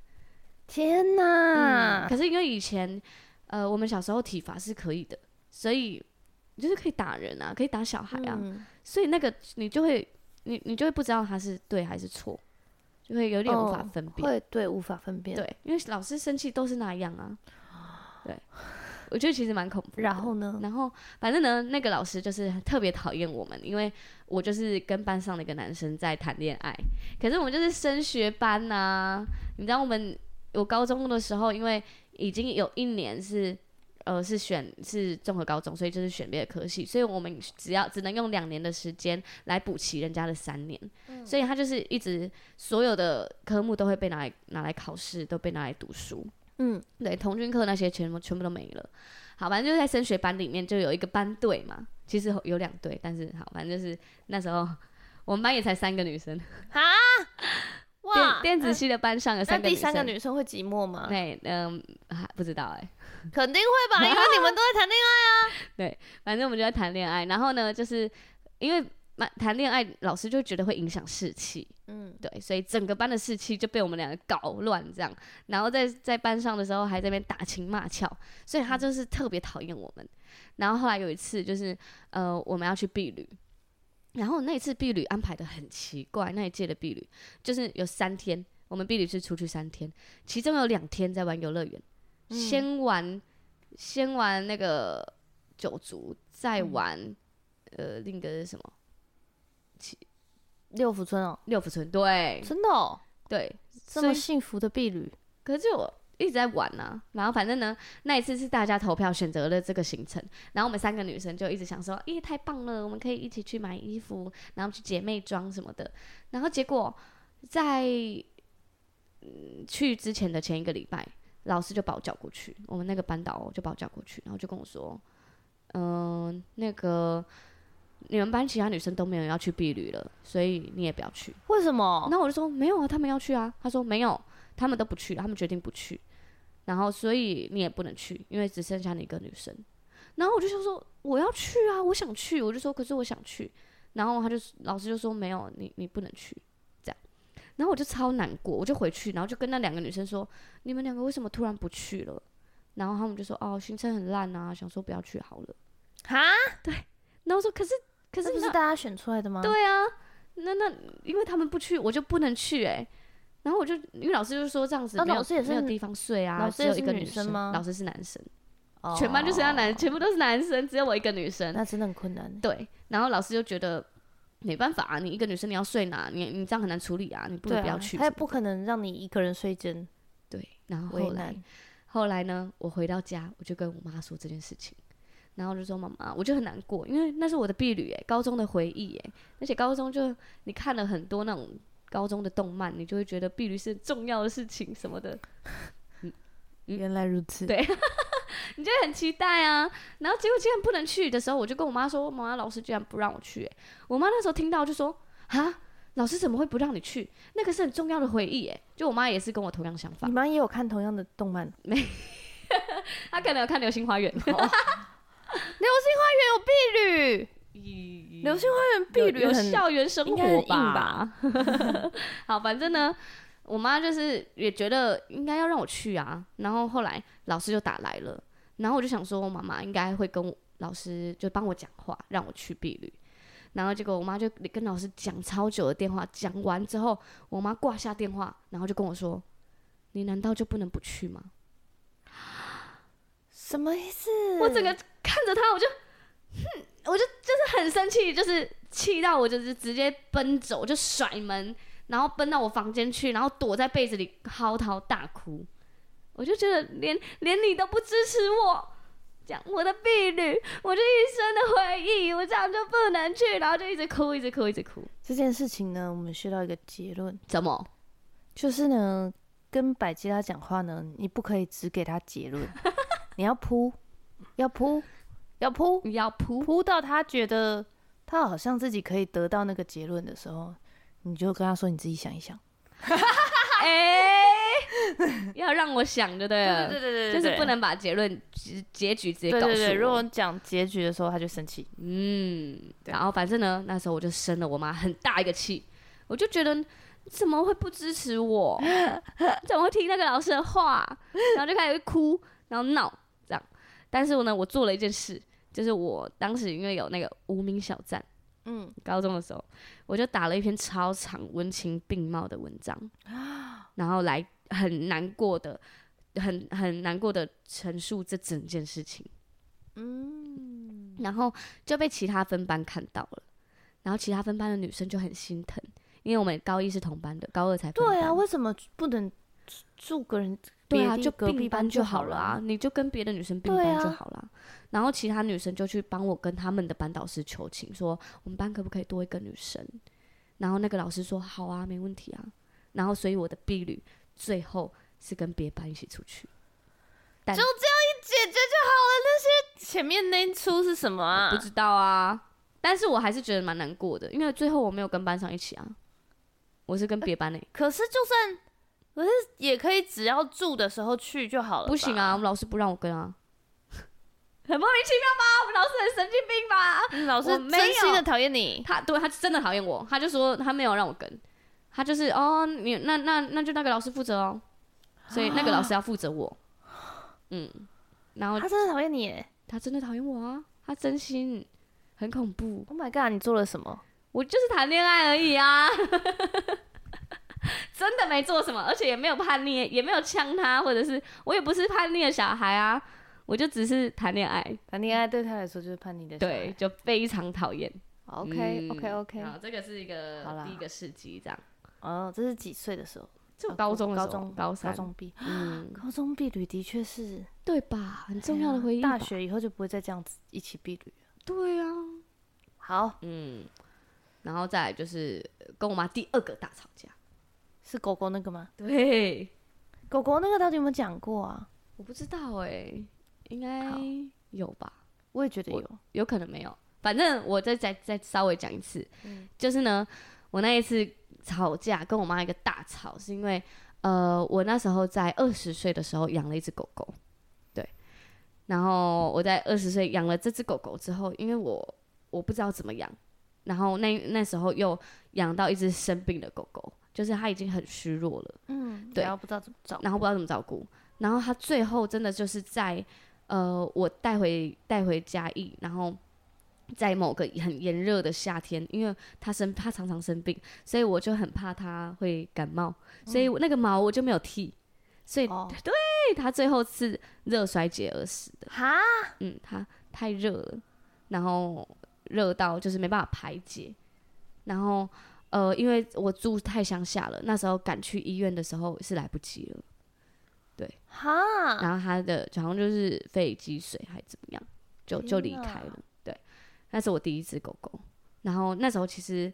C: 天哪
B: 嗯，，可是因为以前，呃，我们小时候体罚是可以的，所以就是可以打人啊，可以打小孩啊，
C: 嗯
B: 所以那个你就会，你你就会不知道他是对还是错，就会有点无法
C: 哦
B: 分辨。
C: 会对无法分辨。，
B: 对，因为老师生气都是那样啊。对，我觉得其实蛮恐怖的。
C: 然后
A: 嗯
C: 呢？
B: 然后反正呢，那个老师就是特别讨厌我们，因为我就是跟班上的一个男生在谈恋爱，可是我们就是升学班呐、你知道我们我高中的时候，因为已经有一年是。呃，是选是综合高中，所以就是选别的科系，所以我们只要只能用两年的时间来补齐人家的三年，所以他就是一直所有的科目都会被拿来拿来考试，都被拿来读书。
C: 嗯，
B: 对，童军课那些全部全部都没了。好，反正就是在升学班里面就有一个班队嘛，其实有两队，但是好，反正就是那时候我们班也才三个女生，电
C: 哇，
B: 电子系的班上有
C: 那
B: 三个
C: 第
B: 女
C: 三
B: 生。
C: 个女生会寂寞吗？
B: 对，嗯，还不知道哎、
C: 肯定会吧，因为你们都在谈恋
B: 反正我们就在谈恋爱。然后呢，就是因为嘛谈恋爱，老师就觉得会影响士气，
C: 爱。嗯，
B: 对，所以整个班的士气就被我们两个搞乱这样，然后在在班上的时候还在那边打情骂俏，所以
C: 嗯
B: 他就是特别讨厌我们。然后后来有一次就是呃我们要去避旅，然后那一次避旅安排的很奇怪，那一届的避旅就是有三天，我们避旅是出去三天，其中有两天在玩游乐园，
C: 嗯
B: 先玩先玩那个九族，再
C: 嗯
B: 玩、呃另一个是什么
C: 六福村哦，
B: 六福村，对
C: 真的哦，
B: 对，
C: 这
B: 所
C: 么
B: 以
C: 幸福的婢女，
B: 可是我一直在玩啊，然后反正呢，那一次是大家投票选择了这个行程，然后我们三个女生就一直想说，咦，太棒了，我们可以一起去买衣服，然后去姐妹装什么的。然后结果在嗯去之前的前一个礼拜，老师就把我叫过去，我们那个班导就把我叫过去，然后就跟我说，嗯、那个你们班其他女生都没有人要去避旅了，所以你也不要去。
C: 为什么？
B: 那我就说没有啊，他们要去啊。他说没有，他们都不去了，他们决定不去。然后所以你也不能去，因为只剩下你一个女生。然后我就想说我要去啊，我想去，我就说可是我想去。然后他就老师就说没有，你你不能去这样。然后我就超难过，我就回去，然后就跟那两个女生说，你们两个为什么突然不去了？然后他们就说哦，行程很烂啊，想说不要去好了。
C: 哈，
B: 然后我说可是可
A: 这
B: 是
A: 不是
B: 那
A: 大家选出来的吗？
B: 对啊，那那因为他们不去，我就不能去哎、然后我就因为老师就说这样子
A: 那
B: 没有
A: 哦老师也是
B: 没有地方睡啊，
A: 老师
B: 只
A: 也
B: 有
A: 是
B: 一个
A: 女生
B: 生
A: 吗
B: 老师是男生，
C: 啊
A: 哦，
B: 全班就剩下男，全部都是男生，只有我一个女生。
A: 那真的很困难。
B: 对，然后老师就觉得没办法啊，你一个女生你要睡哪？你你这样很难处理啊，你不如
A: 对
B: 不要
A: 啊，
B: 去。
A: 他也不可能让你一个人睡真，
B: 对，然后
A: 为
B: 后来
A: 难。
B: 后来呢，我回到家我就跟我妈说这件事情，然后我就说妈妈，我就很难过，因为那是我的婢女哎，高中的回忆哎，而且高中就你看了很多那种高中的动漫，你就会觉得婢女是重要的事情什么的，
C: 原来如此。
B: 对你就会很期待啊。然后结果竟然不能去的时候，我就跟我妈说，妈妈老师居然不让我去、欸。我妈那时候听到就说，啊，老师怎么会不让你去？那个是很重要的回忆哎、就我妈也是跟我同样想法
A: 你，妈也有看同样的动漫？
C: <laughs>
B: 她可能有看《流星花园》
C: 绿流星花园
B: 有
C: 碧绿
B: 有
C: 很
B: 校园生
C: 应该很
B: 活
C: 硬吧
B: <laughs>
C: <laughs>
B: 好，反正呢，我妈就是也觉得应该要让我去啊。然后后来老师就打来了，然后我就想说，妈妈应该会跟我老师就帮我讲话，让我去避旅。然后结果我妈就跟老师讲超久的电话，讲完之后，我妈挂下电话，然后就跟我说：“你难道就不能不去吗？”
A: 什么意思？
B: 我
C: 嗯
B: 整个看着他，我就，哼，我就就是很生气，就是气到我就是直接奔走，我就甩门，然后奔到我房间去，然后躲在被子里嚎啕大哭。我就觉得连连你都不支持我，这样我的婢女，我这一生的回忆，我这样就不能去，然后就一直哭，一直哭，一直哭。
A: 这件事情呢，我们学到一个结论，
B: 怎么？
A: 就是呢，跟百吉拉讲话呢，你不可以只给他
C: <laughs>
A: 结论，你要铺，要铺，要铺，
B: 你要扑？
A: 铺到他觉得他好像自己可以得到那个结论的时候，你就跟他说你自己想一想。
C: <laughs>
B: 哎、要让我想就对了，
C: 对
B: 就是不能把结论结结局直接
C: 对
B: 告诉我。
C: 对对，如果讲结局的时候他就生气，
B: 嗯，然后反正呢，那时候我就生了我妈很大一个气，我就觉得你怎么会不支持我，你 <laughs> 怎么会听那个老师的话， <laughs> 然后就开始哭，然后闹这样。但是我呢，我做了一件事，就是我当时因为有那个无名小站，
A: 嗯，
B: 高中的时候，我就打了一篇超长文情并茂的文
A: <gasps>
B: 章，然后来很难过的、很很难过的陈述这整件事情。嗯，然后就被其他分班看到了，然后其他分班的女生就很心疼，因为我们高一是同班的，高二才分
A: 对啊，
B: 班
A: 为什么不能住住个人？
B: 对啊，
A: 别地
B: 就
A: 隔
B: 并
A: 壁
B: 班
A: 班
B: 就
A: 就
B: 好
A: 好
B: 了
A: 了
B: 啊，
A: 啊
B: 你就跟别的女生并
A: 对
B: 班
A: 啊
B: 就好了。然后其他女生就去帮我跟他们的班导师求情，说我们班可不可以多一个女生？然后那个老师说好啊，没问题啊。然后所以我的婢女最后是跟别班一起出去，但
C: 就解决就好了。那些前面那一出是什么
A: 嗯
C: 啊
B: 不？知道啊。但是我还是觉得蛮难过的，因为最后我没有跟班上一起啊，我是跟别班诶、
C: 可是就算，可是也可以只要住的时候去就
A: 呃
C: 好了。
B: 不行啊，，我们老师不让我跟啊，很莫名其妙吧？我们老师很神经病吧？
C: 老师
B: 我没有
C: 真心的讨厌你。
B: 他对他真的讨厌我，他就说他没有让我跟，他就是哦，你那那那就那个老师负责哦，所以那个老师要负责我，嗯，然后
A: 他真的讨厌你耶
B: 他真的讨厌我啊，他真心很恐怖，
A: ！Oh my god，你做了什么？
B: 我就是谈恋爱而已啊， <laughs> 真的没做什么，而且也没有叛逆，也没有呛他，或者是我也不是叛逆的小孩啊，我就只是谈恋爱，
A: 谈恋爱对他来说就是叛逆的小孩。
B: 对，就非常讨厌。
A: ，OK OK
B: 嗯
A: OK，
B: 好，这个是一
A: 好
B: 个
A: 啦
B: 第一个事迹，这样。
A: 哦，这是几岁的时候？
B: 就
A: 啊
B: 高中的
A: 高
B: 时候
A: 中
B: 高
A: 高
B: 三，
A: 中毕
B: 嗯，
A: 高中毕旅的确是
B: 对啊吧？很重要的回忆吧。
A: 大学以后就不会再这样子一起避旅了。
B: 对啊，
A: 好，
B: 嗯，然后再来就是跟我妈第二个大吵架。
A: 是狗狗那个吗？
B: 对，
A: 狗狗那个到底有没有讲过啊？
B: 欸我不知道哎、应该有吧？
A: 我也觉得
B: 我
A: 有，
B: 有可能没有，反正我再再再稍微讲一次，就是呢，我那一次吵架跟我妈一个大吵，是因为呃，我那时候在二十岁的时候养了一只狗狗，对，然后我在二十岁养了这只狗狗之后，因为我我不知道怎么养，然后那那时候又养到一只生病的狗狗，就是它已经很虚弱了。
C: 嗯，
B: 对
C: 然后不知道怎么找，
B: 然后不知道怎么照顾，然后他最后真的就是在呃，我带回带回嘉义，然后在某个很炎热的夏天，因为他生他常常生病，所以我就很怕他会感冒，所以我那个毛我就没有剃，所以
C: 哦，
B: 他最后是热衰竭而死的。
C: 哈，
B: 嗯，他太热了，然后热到就是没办法排解，然后呃，因为我住太乡下了，那时候赶去医院的时候是来不及了。
C: 哈，
B: 然后他的好像就是肺积水还怎么样，就就离
C: 天哪
B: 开了。对，那是我第一只狗狗。然后那时候其实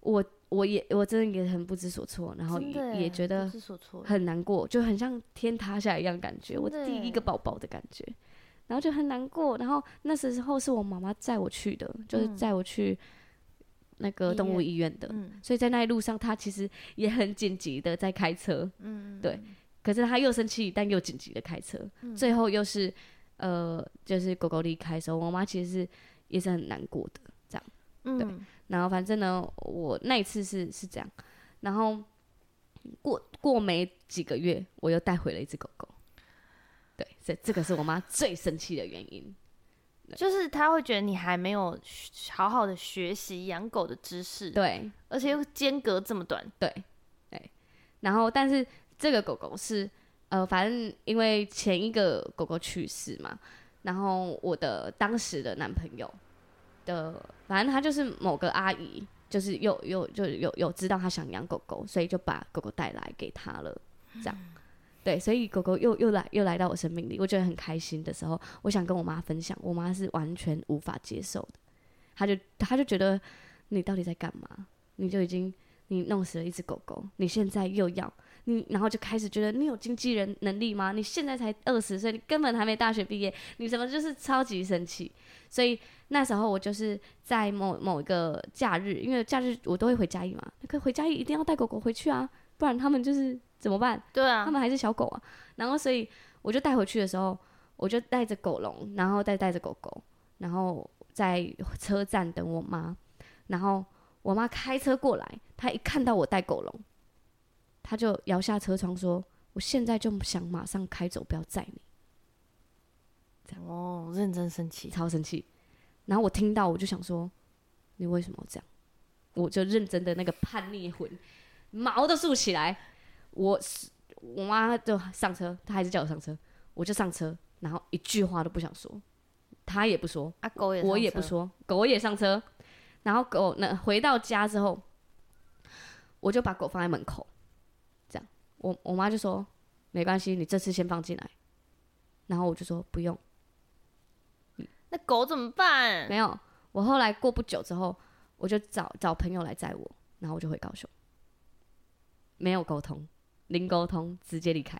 B: 我我也我真的也很不知所措，然后
C: 真
B: 也
C: 的耶
B: 也觉得
C: 不知所措，
B: 很难过，就很像天塌下来一样感觉，我
C: 真的
B: 第一
C: 耶
B: 个宝宝的感觉，然后就很难过。然后那时候是我妈妈载我去的，就是
C: 嗯
B: 载我去那个
C: 医
B: 动物
C: 院
B: 医院的，
C: 嗯
B: 所以在那一路上她其实也很紧急的在开车，
C: 嗯，
B: 对可是他又生气，但又紧急的开车，最后又是呃，就是狗狗离开的时候，我妈其实是也是很难过的。
C: 嗯，
B: 然后反正呢，我那一次是是这样，然后过过没几个月，我又带回了一只狗狗。对，这这个是我妈最生气的原因。
C: 就是他会觉得你还没有学好好的学习养狗的知识，，
B: 对，
C: 而且又间隔这么短，
B: 对，对。然后，但是这个狗狗是，呃，反正因为前一个狗狗去世嘛，然后我的当时的男朋友的，反正他就是某个阿姨，就是有有就有有知道他想养狗狗，所以就把狗狗带来给他了，这样。对，所以狗狗又又来又来到我生命里，我觉得很开心的时候，我想跟我妈分享，我妈是完全无法接受的，她就她就觉得你到底在干嘛？你就已经你弄死了一只狗狗，你现在又要你，然后就开始觉得你有经纪人能力吗？你现在才二十岁，你根本还没大学毕业，你怎么就是超级生气？所以那时候我就是在某某一个假日，因为假日我都会回家义嘛，可回家义一定要带狗狗回去啊，不然他们就是怎么办？
C: 对啊
B: 他，们还是小狗啊。然后所以我就带回去的时候，我就带着狗笼，然后再带着狗狗，然后在车站等我妈。然后我妈开车过来，她一看到我带狗笼，她就摇下车窗说：“我现在就想马上开走，不要载你。”
C: 哦，认真生气，
B: 超生气。然后我听到，我就想说，你为什么要这样？我就认真的那个叛逆魂，毛都竖起来。我是我妈就上车，她还是叫我上车，我就上车，然后一句话都不想说，她也不说，
C: 啊，狗也
B: 我
C: 上
B: 也
C: 车
B: 不，说，狗也上车。然后狗那回到家之后，我就把狗放在门口，这样，我我妈就说没关系，你这次先放进来。然后我就说不用。
C: 那狗怎么办？
B: 没有，我后来过不久之后，我就找找朋友来载我，然后我就回高雄，没有沟通，零沟通，直接离开。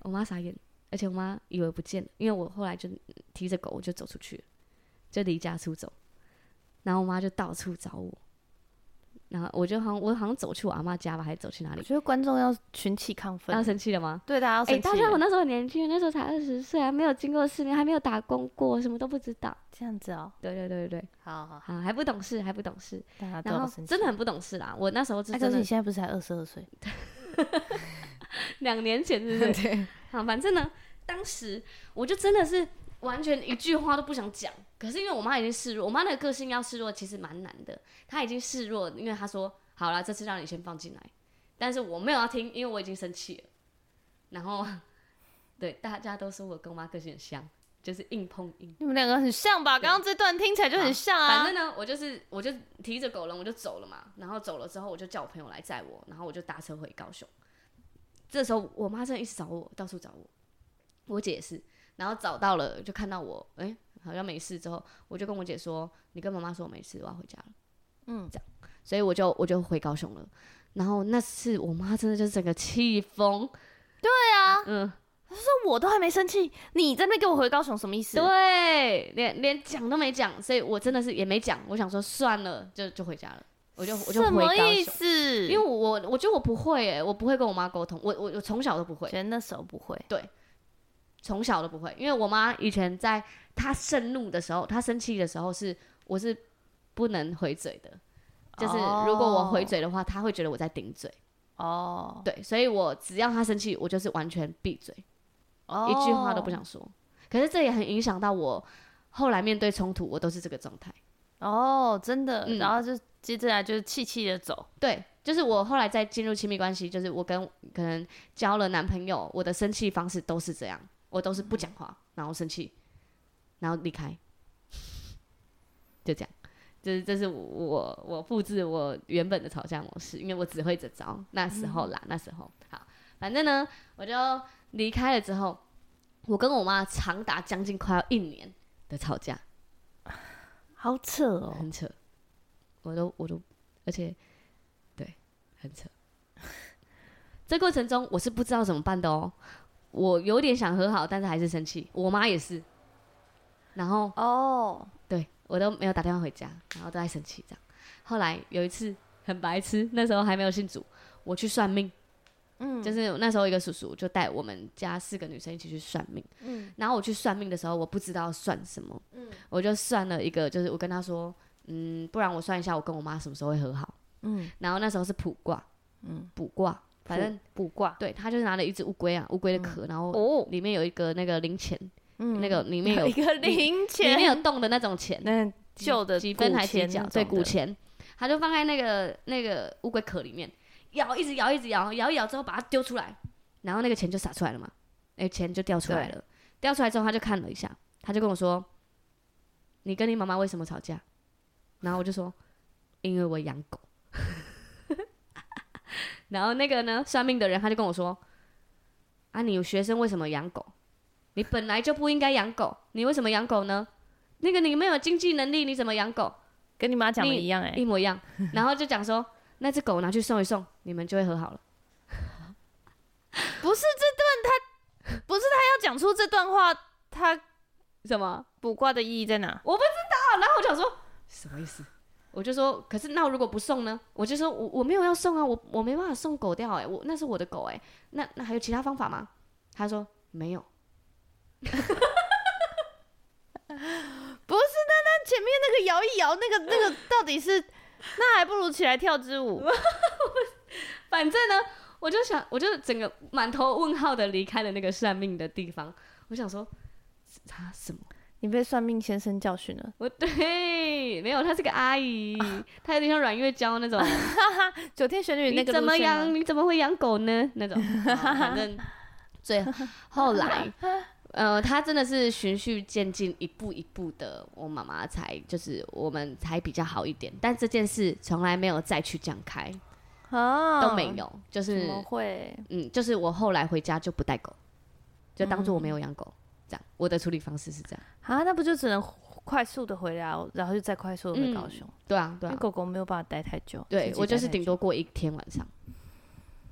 B: 我妈傻眼，而且我妈以为不见了，因为我后来就提着狗我就走出去了，就离家出走，然后我妈就到处找我，然后我就好像我好像走去我阿妈家吧，还是走去哪
C: 我
B: 里？
C: 觉得观众要群起亢
B: 然后
C: 奋，
B: 生气了吗？
C: 对大家要
B: 哎、
C: 生气
B: 大家我
C: 了，
B: 那时候很年轻，那时候才二十岁，啊还没有经过世面，还没有打工过，什么都不知道。
C: 这样子哦，
B: 对对对对对，
C: 好好，好
B: 啊，还不懂事，还不懂事。
C: 大家都
B: 然
C: 要
B: 后
C: 啊生气，
B: 真的很不懂事啦，我那时候是
C: 哎，可
B: 真
C: 是你
B: 的
C: 现在不是才二十二岁？
B: 两年前，是不
C: <laughs>
B: 是？
C: 对，
B: 好，反正呢，当时我就真的是完全一句话都不想讲。可是因为我妈已经示弱，我妈那个个性要示弱其实蛮难的，她已经示弱，因为她说好啦，这次让你先放进来，但是我没有要听，因为我已经生气了。然后， <laughs> 对大家都说我跟我妈个性很像，就是硬碰硬。
C: 你们两个很像吧？刚刚这段听起来就很像
B: 反
C: 啊。
B: 正呢，我就是我就提着狗笼我就走了嘛，然后走了之后我就叫我朋友来载我，然后我就搭车回高雄。这时候我妈真的一直找我，到处找我，我姐也是，然后找到了就看到我，哎、好像没事之后，我就跟我姐说，你跟妈妈说我没事，我要回家了，
C: 嗯，
B: 这样，所以我就我就回高雄了。然后那次我妈真的就是整个气疯，对啊，嗯，
A: 说我都还没生气，你在那边给我回高雄什么意思？
B: 对，啊连连讲都没讲，所以我真的是也没讲。我想说算了，就就回家了，我就我
A: 什
B: 就回
A: 么
B: 高
A: 意
B: 雄。
A: 思？
B: 因为我我我觉得我不会哎、我不会跟我妈沟通，我我我从小都不会，
A: 觉得那时候不会，
B: 从小都不会，因为我妈以前在她盛怒的时候，她生气的时候是我是不能回嘴的，就是如果我回嘴的话，她会觉得我在顶嘴，
A: 哦，
B: 对，所以我只要她生气，我就是完全闭嘴，
A: 哦
B: 一句话都不想说。可是这也很影响到我后来面对冲突，我都是这个状态。
A: 哦，真的，
B: 嗯
A: 然后就接着来就是气气的走，
B: 对，就是我后来再进入亲密关系，就是我跟可能交了男朋友，我的生气方式都是这样，我都是不讲话，然后生气，然后离开，就这样。就是这是我我复制我原本的吵架模式，因为我只会这招。那时候啦，那时候好，反正呢，我就离开了之后，我跟我妈长达将近快要一年的吵架，
A: 好扯哦，
B: 很扯，我都我都，而且对，很扯。 <laughs> 这过程中我是不知道怎么办的哦，我有点想和好，但是还是生气，我妈也是，然后
A: 哦，
B: 对我都没有打电话回家，然后都在生气这样。后来有一次很白痴，那时候还没有信主，我去算命，
A: 嗯，
B: 就是那时候一个叔叔就带我们家四个女生一起去算命，
A: 嗯
B: 然后我去算命的时候，我不知道算什么，我就算了一个，就是我跟他说，嗯，不然我算一下我跟我妈什么时候会和好，
A: 嗯
B: 然后那时候是卜卦，
A: 嗯，
B: 卜卦，反正
A: 卜卦，
B: 对他就是拿了一只乌龟啊，乌龟的壳，然后
A: 哦，
B: 里面有一个那个零钱，
A: 嗯
B: 那个里
A: <laughs>
B: 面有
A: 一个零
B: 里
A: 钱，
B: 面有洞的那种钱，
A: 那旧的
B: 几分
A: 古
B: 还几
A: 钱
B: 角
A: 那，
B: 对，
A: 种
B: 古
A: 的
B: 钱，他就放在那个那个乌龟壳里面，摇一直摇一直摇，摇一摇之后把它丢出来，然后那个钱就洒出来了嘛，哎，钱就掉出来了，掉出来之后他就看了一下，他就跟我说：“你跟你妈妈为什么吵架？”然后我就说：“因为我养狗。” <laughs> 然后那个呢，算命的人他就跟我说：“啊，你有学生为什么养狗？你本来就不应该养狗，你为什么养狗呢？那个你没有经济能力，你怎么养狗？
A: 跟你妈讲的
B: 你
A: 一样哎
B: 一，模一样。然后就讲说，那只狗拿去送一送，你们就会和好了。
A: 不是这段他，不是他要讲出这段话，他
B: 什么？
A: 卜卦的意义在哪？
B: 啊，然后我想说，什么意思？我就说，可是那如果不送呢？我就说我我没有要送啊，我我没办法送狗掉哎、我那是我的狗哎、那那还有其他方法吗？他说没有，
A: 不是，那那前面那个摇一摇，那个那个到底是，那还不如起来跳支舞。
B: 反正呢，我就想，我就整个满头问号的离开了那个算命的地方。我想说，他什么？
A: <laughs> 你被算命先生教训了，
B: 我对，没有，她是个阿 <laughs> 姨，她有点像阮月娇那种。
A: <laughs> 九天玄女那
B: 你
A: 个
B: 怎
A: 路
B: 么
A: 线吗
B: 养？？你怎么会养
A: <laughs>
B: 狗呢？那种，好反正最后来，呃，他真的是循序渐进，一步一步的，我妈妈才就是我们才比较好一点。但这件事从来没有再去讲开，
A: 啊，
B: 都没，有，就
A: 怎
B: 是
A: 么会？
B: 嗯，就是我后来回家就不带狗，就当做我没
A: 嗯
B: 有养狗。这样，我的处理方式是这样。
A: 啊，那不就只能快速的回来，然后就再快速的回高雄，
B: 对啊，对
A: 嗯因为
B: 啊，
A: 狗狗没有办法待太久。
B: 对
A: 自己
B: 我就
A: 待
B: 是
A: 太
B: 顶
A: 久。
B: 多过一天晚上。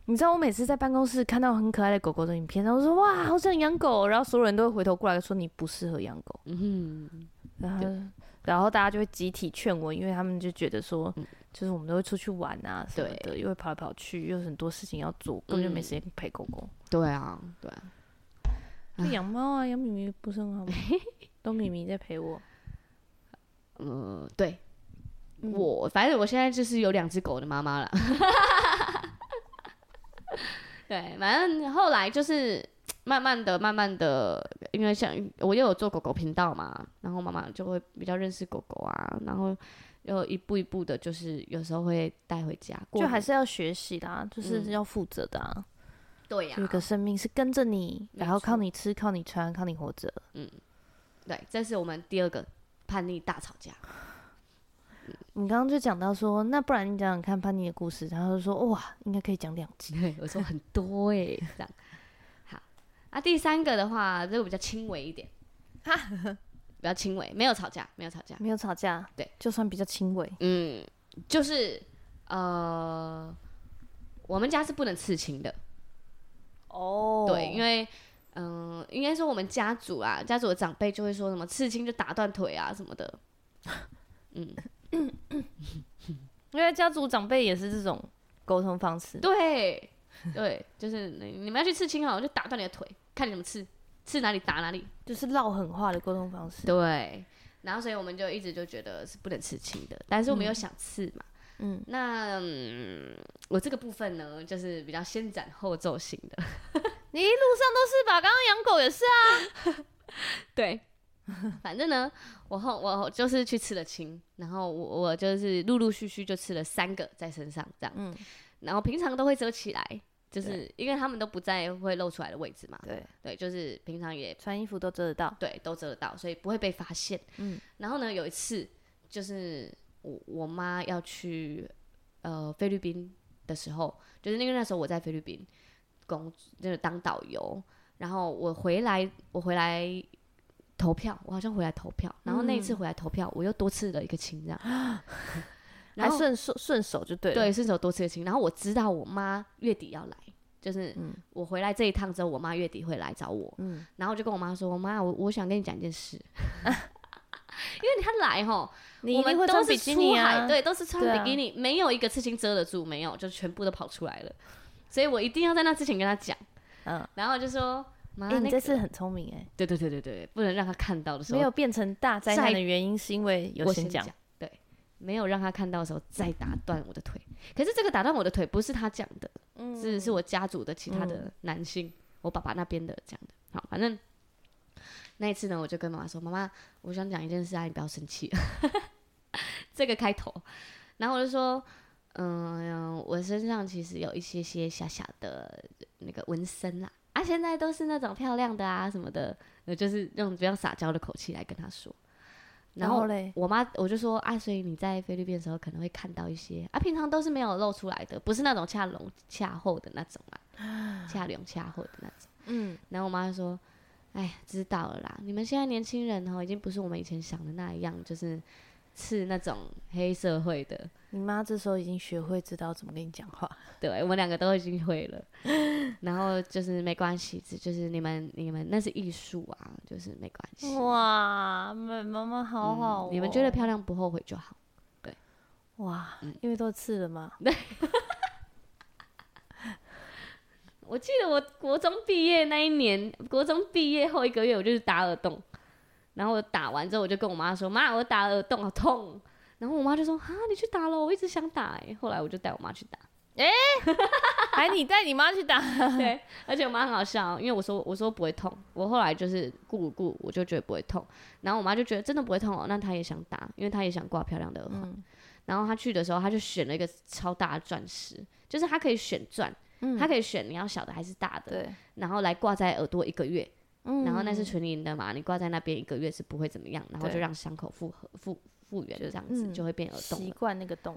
A: 你知道我每次在办公室看到很可爱的狗狗的影片，然后我说哇，好想养狗，然后所有人都会回头过来说你不适合养狗，
B: 嗯哼，
A: 然后然后大家就会集体劝我，因为他们就觉得说，就是我们都会出去玩啊什么的，又会跑来跑去，又有很多事情要做，根本就没时间陪狗狗。
B: 对啊，对啊。
A: 就养猫啊，养米米不是很 <laughs> 好吗？都米米在陪我。
B: 嗯，对，
A: 嗯
B: 我反正我现在就是有两只狗的妈妈了。对，反正后来就是慢慢的、慢慢的，因为像我又有做狗狗频道嘛，然后妈妈就会比较认识狗狗啊，然后又一步一步的，就是有时候会带回家过
A: 就
B: 年，
A: 还是要学习的、啊，就是
B: 嗯
A: 要负责的、啊。
B: 对呀、
A: 有一个生命是跟着你，
B: 没
A: 然后靠
B: 错
A: 你吃，靠你穿，靠你活着。
B: 对，这是我们第二个叛逆大吵架。
A: 你刚刚就讲到说，那不然你讲讲看叛逆的故事，然后就说哇，应该可以讲两集。
B: 对，我说很多哎、这样。好，啊，第三个的话，这个比较轻微一点，比较轻微，没有吵架，没有吵架，
A: 没有吵架，
B: 对，
A: 就算比较轻微。
B: 嗯，就是呃，我们家是不能刺青的，
A: 哦
B: 对，因为嗯、应该说我们家族啊，家族的长辈就会说什么刺青就打断腿啊什么的。嗯，
A: 因为家族长辈也是这种沟通方式。
B: 对，对，就是你你们要去刺青好，哦就打断你的腿，看你怎么刺，刺哪里打哪里。
A: 就是唠狠话的沟通方式。
B: 对，然后所以我们就一直就觉得是不能刺青的，但是我们又想刺嘛。
A: 嗯，
B: 那、嗯、我这个部分呢，就是比较先斩后奏型的。 <laughs>
A: 你一路上都是吧？刚刚养狗也是啊。
B: 对，反正呢，我后我就是去刺了青，然后我我就是陆陆续续就刺了三个在身上这样，
A: 嗯，
B: 然后平常都会遮起来，就是因为他们都不在会露出来的位置嘛，
A: 对，
B: 对，就是平常也
A: 穿衣服都遮得到。
B: 对，都遮得到，所以不会被发现。
A: 嗯
B: 然后呢，有一次就是我我妈要去呃菲律宾的时候，就是那个那时候我在菲律宾工就是当导游，然后我回来我回来投票，我好像回来投票，然后那一
A: 嗯
B: 次回来投票，我又多刺了一个青
A: <gasps>
B: 这样，然
A: 还
B: 后
A: 顺手顺手就对了。
B: 对，顺手多刺一个青，然后我知道我妈月底要来。就是
A: 嗯
B: 我回来这一趟之后，我妈月底会来找我，
A: 嗯，
B: 然后我就跟我妈说：“妈，我我想跟你讲一
A: <laughs>
B: 件事，因为她来吼，
A: 你
B: 我
A: 一定
B: 们
A: 会
B: 都
A: 穿
B: 是
A: 比
B: 出
A: 基
B: 海，
A: 尼啊。，
B: 对，都是穿
A: 对啊
B: 比基尼，没有一个刺青遮得住，没有，就全部都跑出来了。所以我一定要在那之前跟她讲，
A: 嗯，
B: 然后就说妈，
A: 哎，你
B: 那
A: 这
B: 个
A: 次很聪明哎。
B: 对对对对对，不能让她看到的时候，
A: 没有变成大灾难
B: 在
A: 的原因是因为有
B: 我
A: 先
B: 先
A: 讲，，
B: 对，没有让她看到的时候再打断我的腿。可是这个打断我的腿不是她讲的，
A: 嗯
B: 是是我家族的其他的
A: 嗯
B: 男性，我爸爸那边的讲的。好，反正那一次呢，我就跟妈妈说：“妈妈，我想讲一件事啊，你不要生气。” <laughs> 这个开头，然后我就说：“嗯、我身上其实有一些些小小的那个纹身啦，啊，现在都是那种漂亮的啊什么的，呃，就是用比较撒娇的口气来跟她说。”然
A: 然后
B: 后
A: 嘞，
B: 我妈我就说啊，所以你在菲律宾的时候可能会看到一些啊，平常都是没有露出来的，不是那种恰隆恰厚的那种啊，恰隆恰厚的那种。
A: 嗯，
B: 然后我妈就说，哎，知道了啦，你们现在年轻人哦，已经不是我们以前想的那样，就是是那种黑社会的，
A: 你妈这时候已经学会知道怎么跟你讲话，
B: 对我们两个都已经会了。然后就是没关系，只就是你们你们那是艺术啊，就是没关系。
A: <laughs> 哇，妈妈妈好好、哦
B: 嗯你们觉得漂嗯亮不后悔就好。
A: 哇，因为都刺了嘛，
B: 我记得我国中毕业那一年，国中毕业后一个月，我就是打耳洞，然后我打完之后，我就跟我妈说：“妈，我打耳洞好痛。”然后我妈就说：“啊，你去打咯，我一直想打、欸。”后来我就带我妈去打，
A: <laughs> 还你带你妈去
B: <laughs>
A: 打，
B: 对，而且我妈很好笑哦，因为我说我说不会痛，我后来就是顾顾，我就觉得不会痛，然后我妈就觉得真的不会痛哦，那她也想打，因为她也想挂漂亮的耳环。
A: 嗯
B: 然后她去的时候，她就选了一个超大的钻石，就是她可以选钻，
A: 嗯
B: 她可以选你要小的还是大的，
A: 对，
B: 然后来挂在耳朵一个月。
A: 嗯
B: 然后那是纯银的嘛，你挂在那边一个月是不会怎么样，然后就
A: 对
B: 让伤口复合复复原
A: 就
B: 这样子，
A: 嗯
B: 就会变耳洞
A: 习
B: 了。
A: 惯那个洞，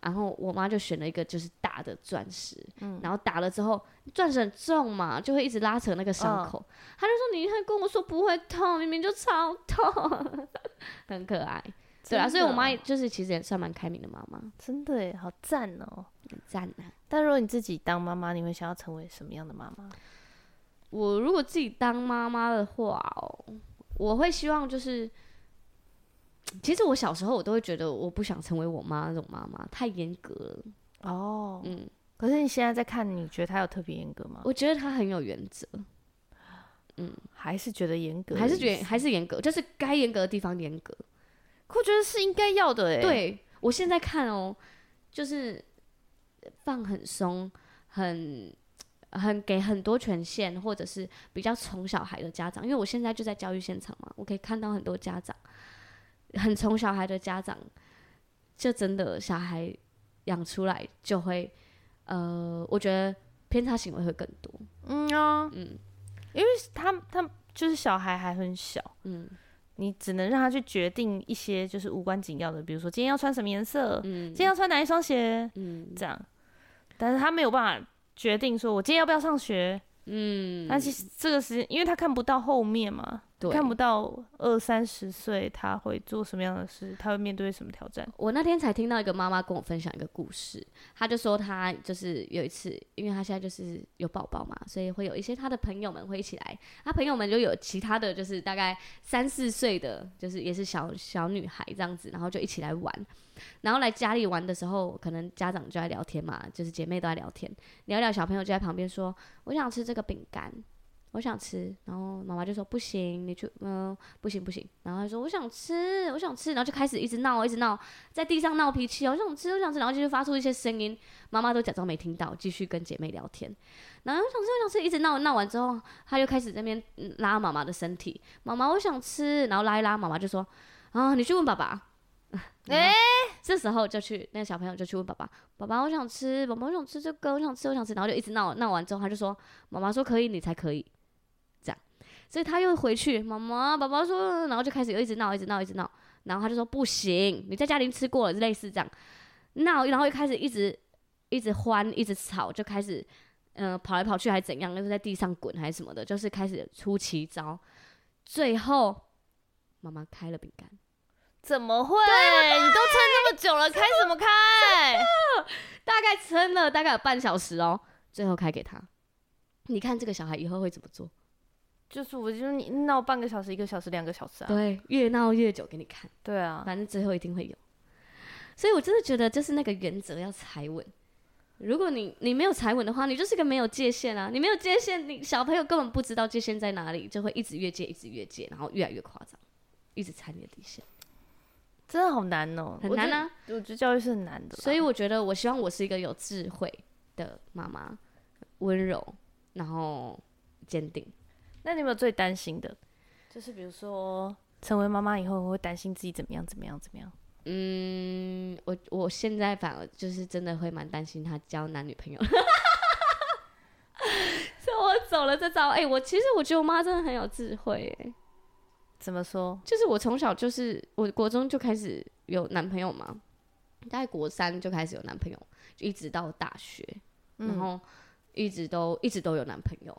B: 然后我妈就选了一个就是大的钻石，
A: 嗯
B: 然后打了之后钻石很重嘛，就会一直拉扯那个伤
A: 嗯
B: 口。她就说：“你还跟我说不会痛，明明就超痛， <laughs> 很可爱。”对啊，
A: 真
B: 所以我
A: 的
B: 妈
A: 哦
B: 就是其实也算蛮开明的妈妈，
A: 真的耶好赞哦、
B: 很赞啊。
A: 但如果你自己当妈妈，你会想要成为什么样的妈妈？
B: 我如果自己当妈妈的话、哦，我会希望就是，其实我小时候我都会觉得我不想成为我妈那种妈妈，太严格了。
A: 哦，
B: 嗯，
A: 可是你现在在看，你觉得她有特别严格吗？
B: 我觉得她很有原则，
A: 还是觉得严格的意思？
B: 还是觉得还是严格，就是该严格的地方严格。
A: 可我觉得是应该要的哎、，
B: 对我现在看哦，就是放很松，很很给很多权限，或者是比较宠小孩的家长，因为我现在就在教育现场嘛，我可以看到很多家长很宠小孩的家长，就真的小孩养出来就会，呃，我觉得偏差行为会更多，
A: 嗯啊，
B: 嗯
A: 他他就是小孩还很小。
B: 嗯
A: 你只能让他去决定一些就是无关紧要的，比如说今天要穿什么颜色，
B: 嗯
A: 今天要穿哪一双鞋，
B: 嗯
A: 这样。但是他没有办法决定说，我今天要不要上学。
B: 嗯，
A: 那、其实这个时间，因为他看不到后面嘛，
B: 对，
C: 看不到二三十岁他会做什么样的事，他会面对什么挑战。
B: 我那天才听到一个妈妈跟我分享一个故事，她就说她就是有一次，因为她现在就是有宝宝嘛，所以会有一些她的朋友们会一起来，她朋友们就有其他的就是大概三四岁的，就是也是小小女孩这样子，然后就一起来玩，然后来家里玩的时候，可能家长就在聊天嘛，就是姐妹都在聊天，聊聊小朋友就在旁边说，我想吃这个饼干。我想吃，然后妈妈就说不行，你去，嗯、不行不行，然后她说我想吃，我想吃，然后就开始一直闹，一直闹，在地上闹脾气哦，我想吃，我想吃，然后就是发出一些声音，妈妈都假装没听到，继续跟姐妹聊天。然后我想吃，我想吃，一直闹闹完之后，她就开始这边嗯拉妈妈的身体，妈妈我想吃，然后拉一拉，妈妈就说啊，你去问爸爸。
C: 哎
B: 这时候就去那个小朋友就去问爸爸，爸爸我想吃，爸爸我想吃这个，我想吃，我想吃，然后就一直闹闹完之后，他就说妈妈说可以，你才可以，这样，所以他又回去，妈妈爸爸说，然后就开始又一直闹，一直闹，一直闹，然后他就说不行，你在家里吃过了，类似这样闹，然后又开始一直一直欢，一直吵，就开始嗯、呃跑来跑去还怎样，就是在地上滚还是什么的，就是开始出奇招，最后妈妈开了饼干。
C: 怎么会？
A: 啊
C: 你都撑这么久了，开什么开？
B: 大概撑了大概有半小时哦，最后开给他。你看这个小孩以后会怎么做？
C: 就是我就是你闹半个小时、一个小时、两个小时啊。
B: 对，越闹越久给你看，
C: 对啊，
B: 反正最后一定会有。所以我真的觉得就是那个原则要踩稳。如果你你没有踩稳的话，你就是个没有界限啊！你没有界限，你小朋友根本不知道界限在哪里，就会一直越界，一直越界，然后越来越夸张，一直踩你的底线，
C: 真的好难哦、
B: 很难啊。
C: 我觉得。我觉得教育是很难的啦，
B: 所以我觉得，我希望我是一个有智慧的妈妈，温柔，然后坚定。
C: 那你有没有最担心的？就是比如说，成为妈妈以后会担心自己怎么样、怎么样、怎么样？
B: 嗯，我我现在反而就是真的会蛮担心他交男女朋友。 <laughs> 所以我走了这招，哎、我其实我觉得我妈真的很有智慧、哎，
C: 怎么说？
B: 就是我从小就是我国中就开始有男朋友嘛，大概国三就开始有男朋友，就一直到大学，
C: 嗯
B: 然后一直都一直都有男朋友。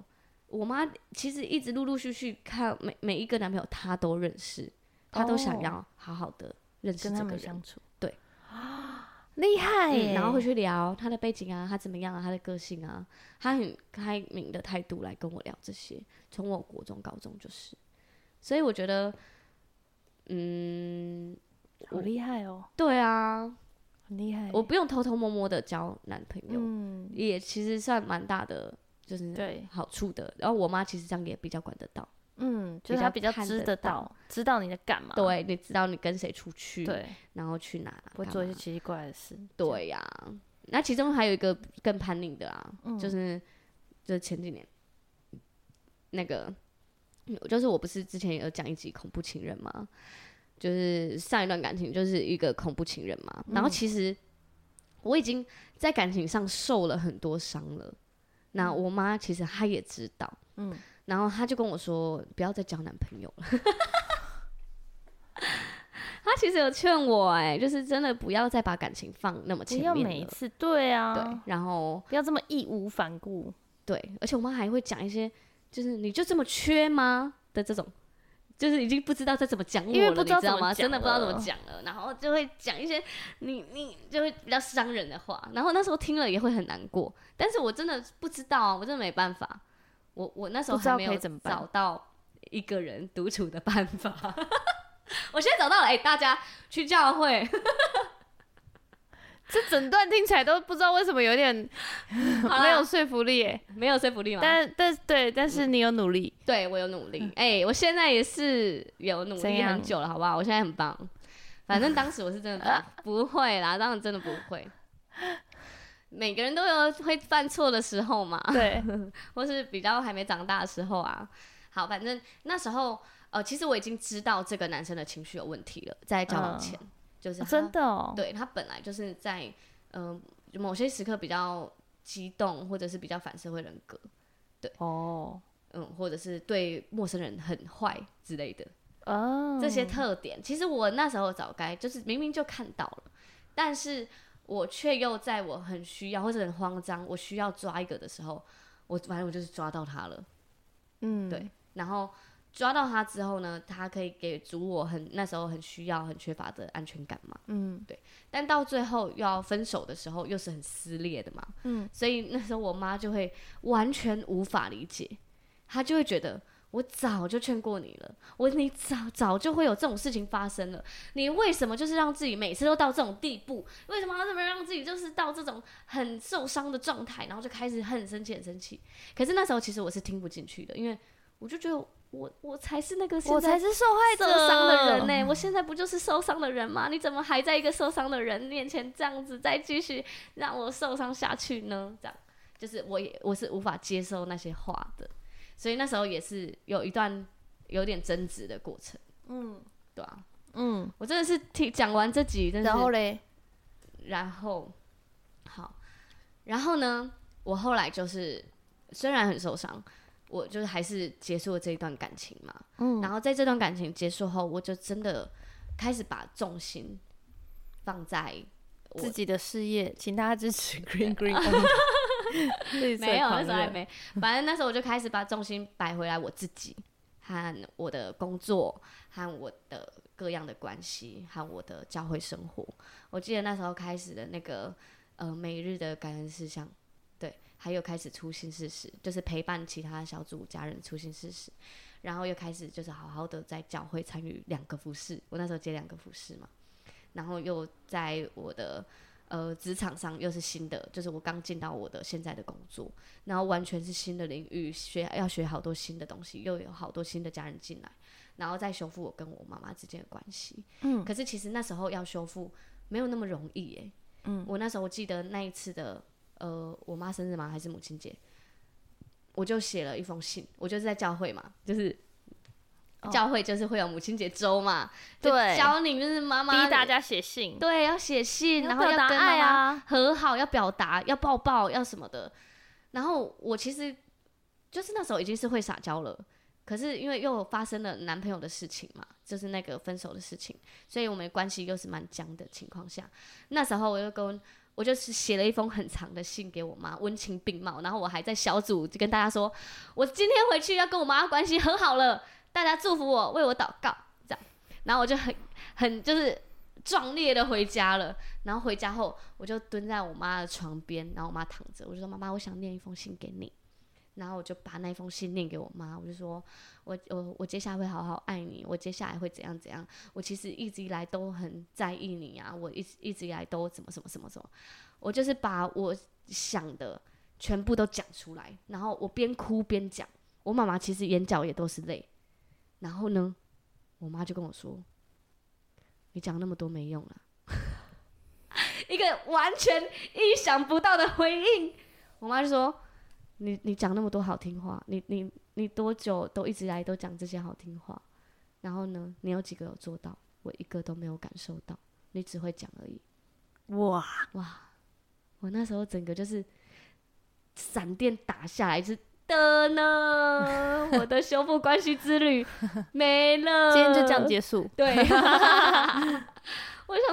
B: 我妈其实一直陆陆续续看每每一个男朋友，她都认识，她都想
C: 哦
B: 要好好的认识
C: 跟
B: 这
C: 他
B: 个
C: 们
B: 人
C: 相。处，
B: 对
C: 啊，厉害耶、
B: 嗯，然后会去聊他的背景啊，他怎么样啊，他的个性啊，他很开明的态度来跟我聊这些。从我国中、高中就是，所以我觉得，嗯，
C: 好厉害哦、
B: 对啊，
C: 很厉害。
B: 我不用偷偷摸摸的交男朋友，
C: 哎嗯，
B: 也其实算蛮大的，就是
C: 对，
B: 好处的。然后我妈其实这样也比较管得到，
C: 嗯，就是他比较
B: 看
C: 知
B: 得
C: 得
B: 到
C: 到，知道你在干嘛。
B: 对，啊你知道你跟谁出去，，
C: 对，
B: 然后去哪，
C: 不会
B: 干
C: 做一
B: 嘛
C: 些奇奇怪怪的事。
B: 对呀、那其中还有一个更叛逆的啊，就是就是前几年那个，就是我不是之前有讲一集恐怖情人嘛，就是上一段感情就是一个恐怖情人嘛，然后其实我已经在感情上受了很多伤了，那我妈其实她也知道，
C: 嗯
B: 然后她就跟我说不要再交男朋友了。 <laughs> 她其实有劝我、哎，就是真的不要再把感情放那么
C: 不
B: 前
C: 要
B: 面
C: 每一
B: 了
C: 次，对啊，
B: 对，然后
C: 不要这么义无反顾。
B: 对，而且我妈还会讲一些，就是你就这么缺吗的这种，就是已经不知道再怎么讲我
C: 因为
B: 了，
C: 不知
B: 你
C: 道
B: 知道
C: 怎么
B: 吗？真的
C: 讲
B: 不知道怎么
C: 了
B: 讲了，然后就会讲一些你你就会比较伤人的话，然后那时候听了也会很难过，但是我真的不知道啊，我真的没办法，我我那时候
C: 不知道
B: 还没
C: 可
B: 有
C: 以怎么办
B: 找到一个人独处的办法。 <laughs> 我现在找到了，哎、大家去教会， <laughs>
C: 这整段听起来都不知道为什么有
B: <laughs>
C: 点
B: 啦
C: 没有说服力耶。
B: 没有说服力吗？
C: 但但对，但
B: 嗯
C: 是你有努力，
B: 对我有努力，哎、我现在也是有努
C: 嗯怎
B: 力
C: 样
B: 很久了，好不好？我现在很棒，反正当时我是真
C: 啊
B: 的不不会啦，当然真的不会。每个人都有会犯错的时候嘛， <laughs>
C: 对，
B: 或是比较还没长大的时候啊。好，反正那时候，呃，其实我已经知道这个男生的情绪有问题了，在交往前，就是
C: 哦 <laughs>
B: 他
C: 真的哦。
B: 对他本来就是在嗯、呃、某些时刻比较激动，或者是比较反社会人格，
C: 哦，
B: 嗯，或者是对陌生人很坏之类的。
C: 哦，
A: 嗯
B: 这些特点，其实我那时候早该就是明明就看到了，但是我却又在我很需要或者很慌张，我需要抓一个的时候，我反正我就是抓到他了，
C: 嗯，
B: 对然后抓到他之后呢，他可以给足我很那时候很需要、很缺乏的安全感嘛。
C: 嗯
B: 但到最后要分手的时候，又是很撕裂的嘛。
C: 嗯，
B: 所以那时候我妈就会完全无法理解，她就会觉得我早就劝过你了，我你早早就会有这种事情发生了，你为什么就是让自己每次都到这种地步？为什么要这么让自己就是到这种很受伤的状态，然后就开始很生气很生气？可是那时候其实我是听不进去的，因为我就觉得我我才是那个现
C: 我
B: 在
C: 才是受害者，
B: 受伤的人呢、
C: 哦
B: 我现在不就是受伤的人吗？你怎么还在一个受伤的人面前这样子再继续让我受伤下去呢？这样就是我也我是无法接受那些话的，所以那时候也是有一段有点争执的过程，
C: 嗯
B: 对啊，
C: 嗯，
B: 我真的是听讲完这集，真的
C: 然
B: 是
C: 后嘞，
B: 然后好，然后呢，我后来就是虽然很受伤，我就是还是结束了这一段感情嘛。
C: 嗯
B: 然后在这段感情结束后，我就真的开始把重心放在我
C: 自己的事业，请大家支
B: <laughs>
C: 持 Green Green，绿 <laughs> 色
B: 没有那
C: 狂
B: 时候还
C: 热
B: 没，反正那时候我就开始把重心摆回来我自己和我的工作和我的各样的关系和我的教会生活。我记得那时候开始的那个呃每日的感恩事项，对，还有开始粗心事实，就是陪伴其他小组家人粗心事实，然后又开始就是好好的在教会参与两个服饰，我那时候接两个服饰嘛，然后又在我的。呃，职场上又是新的，就是我刚进到我的现在的工作，然后完全是新的领域，学要学好多新的东西，又有好多新的家人进来，然后再修复我跟我妈妈之间的关系。
C: 嗯
B: 可是其实那时候要修复没有那么容易耶。
C: 嗯，
B: 我那时候我记得那一次的呃，我妈生日吗？还是母亲节？我就写了一封信，我就是在教会嘛，就是。
C: 哦
B: 教会就是会有母亲节周嘛，就
C: 对
B: 教你就是妈妈
D: 逼大家写信，
B: <laughs> 对，要写信，
C: 要
B: 然后
C: 表
B: 要
C: 达
B: 跟
C: 爱
B: 妈妈
C: 啊
B: 和好，要表达，要抱抱，要什么的。然后我其实就是那时候已经是会撒娇了，可是因为又发生了男朋友的事情嘛，就是那个分手的事情，所以我们的关系又是蛮僵的情况下，那时候我又跟。我就是写了一封很长的信给我妈，温情并茂。然后我还在小组就跟大家说，我今天回去要跟我妈关系和好了，大家祝福我，为我祷告，这样。然后我就很很就是壮烈的回家了。然后回家后，我就蹲在我妈的床边，然后我妈躺着，我就说：“妈妈，我想念一封信给你。”然后我就把那封信念给我妈，我就说：“我我我接下来会好好爱你，我接下来会怎样怎样。我其实一直以来都很在意你啊，我一直一直以来都怎么什么什么什么。我就是把我想的全部都讲出来，然后我边哭边讲。我妈妈其实眼角也都是泪。然后呢，我妈就跟我说：“你讲那么多没用啊了。”一个完全意想不到的回应。我妈就说：“你你讲那么多好听话，你你你多久都一直来都讲这些好听话，然后呢，你有几个有做到？我一个都没有感受到，你只会讲而已。
C: 哇，
B: 哇，我那时候整个就是闪电打下来，就是的呢，我的修复关系之旅没
C: <laughs>
B: 了。
C: 今天就这样结
B: <laughs>
C: 束， <laughs>
B: 对，我想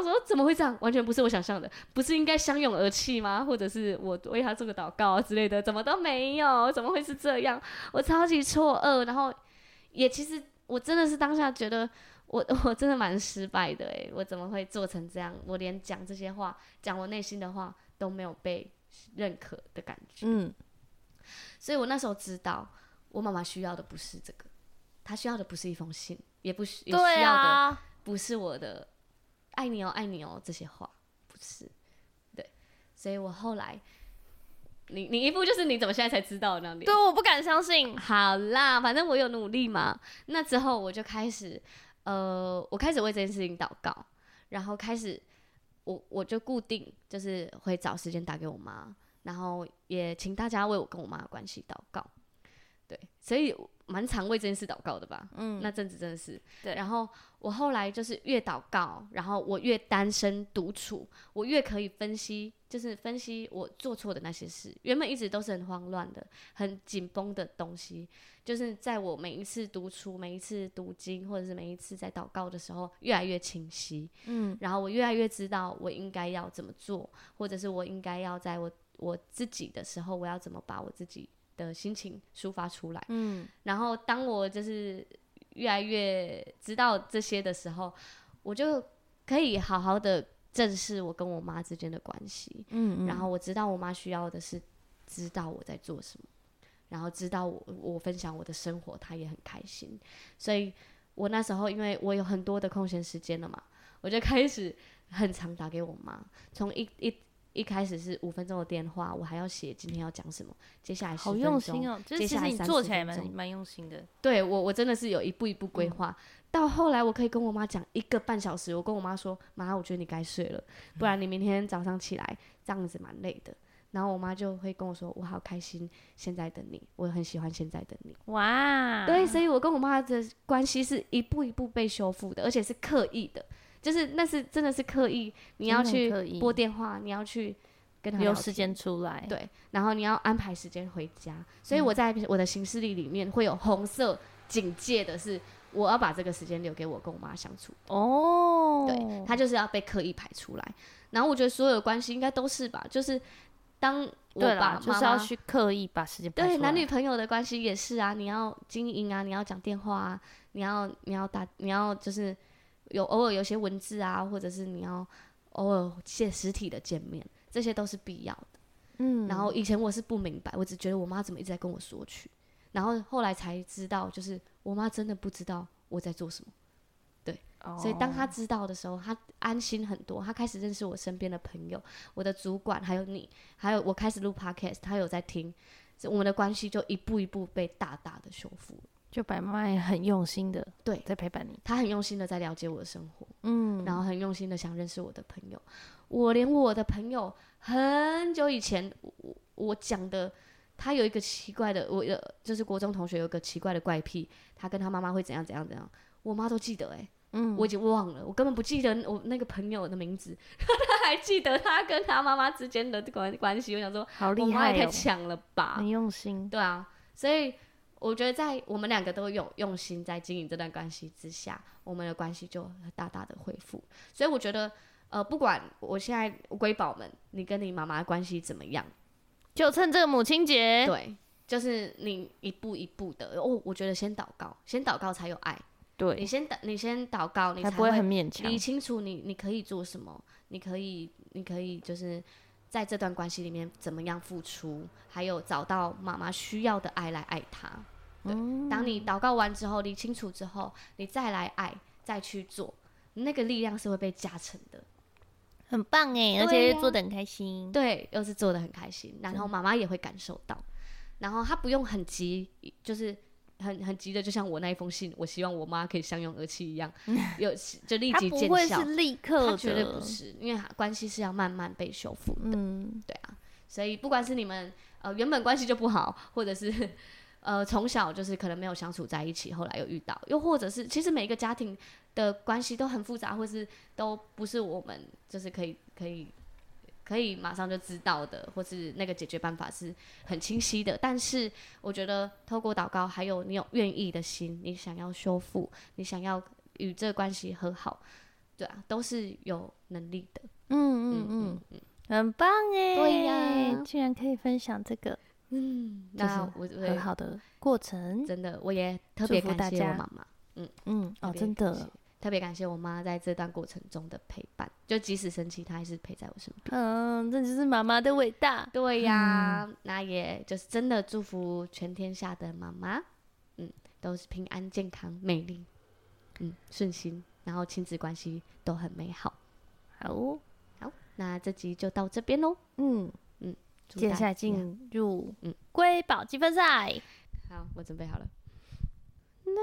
B: 说怎么会这样？完全不是我想象的，不是应该相拥而泣吗？或者是我为他做个祷告之类的，怎么都没有，怎么会是这样？我超级错愕，然后也其实我真的是当下觉得我 <laughs> 我真的蛮失败的诶，我怎么会做成这样？我连讲这些话，讲我内心的话都没有被认可的感觉。
C: 嗯
B: 所以我那时候知道，我妈妈需要的不是这个，她需要的不是一封信，也不需也需
C: 对
B: 要的
C: 啊，
B: 不是我的“爱你哦，爱你哦”这些话，不是。对，所以我后来，你你一步就是你怎么现在才知道那里？
D: 对，我不敢相信，
B: 好啦，反正我有努力嘛。那之后我就开始，呃，我开始为这件事情祷告，然后开始，我我就固定就是会找时间打给我妈，然后也请大家为我跟我妈的关系祷告。对，所以蛮常为这件事祷告的吧。
C: 嗯
B: 那阵子真的是。
D: 对
B: 然后我后来就是越祷告，然后我越单身独处，我越可以分析，就是分析我做错的那些事。原本一直都是很慌乱的、很紧绷的东西，就是在我每一次读出、每一次读经，或者是每一次在祷告的时候，越来越清晰。
C: 嗯
B: 然后我越来越知道我应该要怎么做，或者是我应该要在我我自己的时候，我要怎么把我自己的心情抒发出来。
C: 嗯
B: 然后当我就是越来越知道这些的时候，我就可以好好的正视我跟我妈之间的关系。
C: 嗯
B: 然后我知道我妈需要的是知道我在做什么，然后知道我我分享我的生活，她也很开心。所以我那时候因为我有很多的空闲时间了嘛，我就开始很常打给我妈，从一一。一开始是五分钟的电话，我还要写今天要讲什么，接下来10
C: 好
B: 分
C: 用
B: 钟
C: 心哦，
D: 就是其
B: 接下
D: 实
B: 来
D: 你
B: 30
D: 做起来蛮
B: 分钟
D: 蛮用心的，
B: 对我，我真的是有一步一步
D: 嗯
B: 规划。到后来，我可以跟我妈讲一个半小时。我跟我妈说：“妈，我觉得你该睡了，不然你明天早上起来这样子蛮累的。”然后我妈就会跟我说：“我好开心，现在的你，我很喜欢现在的你。
D: 哇，
B: 对，所以我跟我妈的关系是一步一步被修复的，而且是刻意的，就是那是真的是刻意，你要
D: 真的很
B: 去
D: 刻意
B: 拨电话，你要去跟她
D: 留
B: 聊
D: 时
B: 天
D: 间出来，
B: 对，然后你要安排时间回家，所以
D: 嗯
B: 我在我的行事历里面会有红色警戒的是，我要把这个时间留给我跟我妈相处，
D: 哦，
B: 对，她就是要被刻意排出来。然后我觉得所有的关系应该都是吧，就是当我
D: 对
B: 爸
D: 啦，就
B: 妈
D: 是要
B: 妈
D: 去刻意把时间排
B: 对
D: 出
B: 男
D: 来
B: 女朋友的关系也是啊，你要经营啊，你要讲电话啊，你要你要打，你要就是有偶尔有些文字啊，或者是你要偶尔见实体的见面，这些都是必要的。
C: 嗯
B: 然后以前我是不明白，我只觉得我妈怎么一直在跟我索取，然后后来才知道，就是我妈真的不知道我在做什么。
C: 嗯
B: 所以当她知道的时候，她安心很多。她开始认识我身边的朋友、我的主管，还有你，还有我开始录 podcast，她有在听，这我们的关系就一步一步被大大的修复了。
C: 就白妈也很用心的
B: 对
C: 在陪伴你，
B: 她很用心的在了解我的生活，
C: 嗯
B: 然后很用心的想认识我的朋友。我连我的朋友很久以前我我我讲的，他有一个奇怪的，我的就是国中同学有一个奇怪的怪癖，他跟他妈妈会怎样怎样怎样，我妈都记得哎、
C: 嗯
B: 我已经忘了，我根本不记得我那个朋友的名字， <laughs> 他还记得他跟他妈妈之间的关关系。我想说，
C: 好
B: 我
C: 厉
B: 妈
C: 害
B: 也太
C: 哦，
B: 强了吧！
C: 很用心，
B: 对啊，所以我觉得在我们两个都有用心在经营这段关系之下，我们的关系就大大的恢复。所以我觉得，呃，不管我现在瑰宝们，你跟你妈妈的关系怎么样，
D: 就趁这个母亲
C: 哎
D: 节，
B: 对，就是你一步一步的哦。我觉得先祷告，先祷告才有爱。你
C: 对，
B: 先祷，你先祷告，你
C: 才
B: 才
C: 不会很勉强
B: 理，清楚你你可以做什么，你可以你可以就是在这段关系里面怎么样付出，还有找到妈妈需要的爱来爱她。对，
D: 哦
B: 当你祷告完之后，理清楚之后，你再来爱，再去做，那个力量是会被加成的。
D: 很棒哎，而
B: 对
D: 且
B: 呀
D: 做的很开心，
B: 对，又是做的很开心，然后妈妈也会感受到，然后她不用很急，就是很很急的，就像我那一封信，我希望我妈可以相拥而泣
D: <laughs>
B: 一样，有就立
D: 他
B: 即见
D: 不会
B: 效
D: 是。立刻
B: 他
D: 的，
B: 绝对不是，因为他关系是要慢慢被修复的，
C: 嗯，
B: 对啊。所以不管是你们呃原本关系就不好，或者是 <laughs> 呃从小就是可能没有相处在一起，后来又遇到，又或者是其实每一个家庭的关系都很复杂，或是都不是我们就是可以可以可以马上就知道的，或是那个解决办法是很清晰的。但是我觉得透过祷告，还有你有愿意的心，你想要修复，你想要与这个关系和好，对啊，都是有能力的。
C: 嗯
B: 嗯
C: 嗯
B: 嗯
C: 嗯，很棒哎，
B: 对呀
C: 居然可以分享这个
B: 嗯，
C: 就是
B: 那我我
C: 很
B: 也
C: 好的过程，
B: 真的我也特别
C: 祝福
B: 感
C: 大
B: 谢我
C: 家
B: 妈妈，
C: 嗯，哦，
B: 特别
C: 真
B: 感
C: 的
B: 谢，特别感谢我妈在这段过程中的陪伴，就即使生气，她还是陪在我身边。
C: 嗯，这就是妈妈的伟大，
B: 对呀、那也就是真的祝福全天下的妈妈，嗯，都是平安、健康、美丽，嗯，顺心，然后亲子关系都很美好。
C: 好哦，
B: 好，那这集就到这边喽。
C: 嗯，
B: 祝
C: 接
B: 大
C: 下来
B: 家
C: 进入
B: 嗯
C: 瑰宝积分赛，
B: 好，我准备好了。啦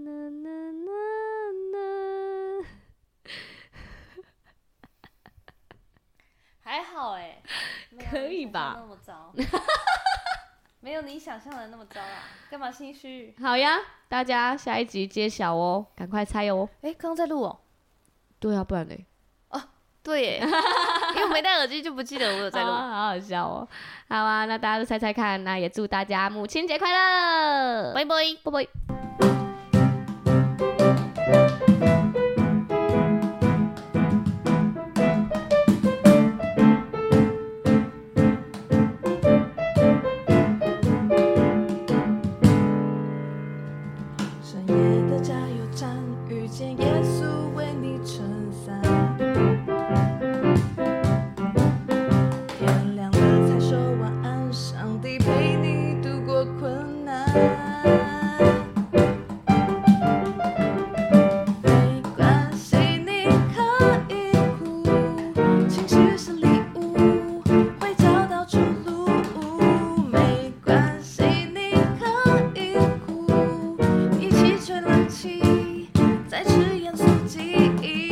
B: 啦啦啦。
D: 还好哎，没有
B: 可以
D: 你想象
B: 吧
D: 那么糟， <laughs> 没有你想象的那么糟啊，干嘛心虚？
B: 好呀，大家下一集揭晓哦，赶快猜哦。
C: 哎，刚刚在录哦， <laughs>
B: 对啊，不然嘞，
C: 对耶，
E: 因为我没戴耳机就不记得我有在
B: 好
E: 录。
B: 啊好好笑哦。好啊，那大家都猜猜看，那也祝大家母亲节快乐，
E: 拜拜。
B: 拜拜。
A: 深夜的加油站，遇见耶稣为你撑伞。天亮了才说晚安，上帝陪你度过困难。没关系，你可以哭，情绪是礼物，会找到出路。没关系，你可以哭。一起吹冷气，再吃盐酥鸡。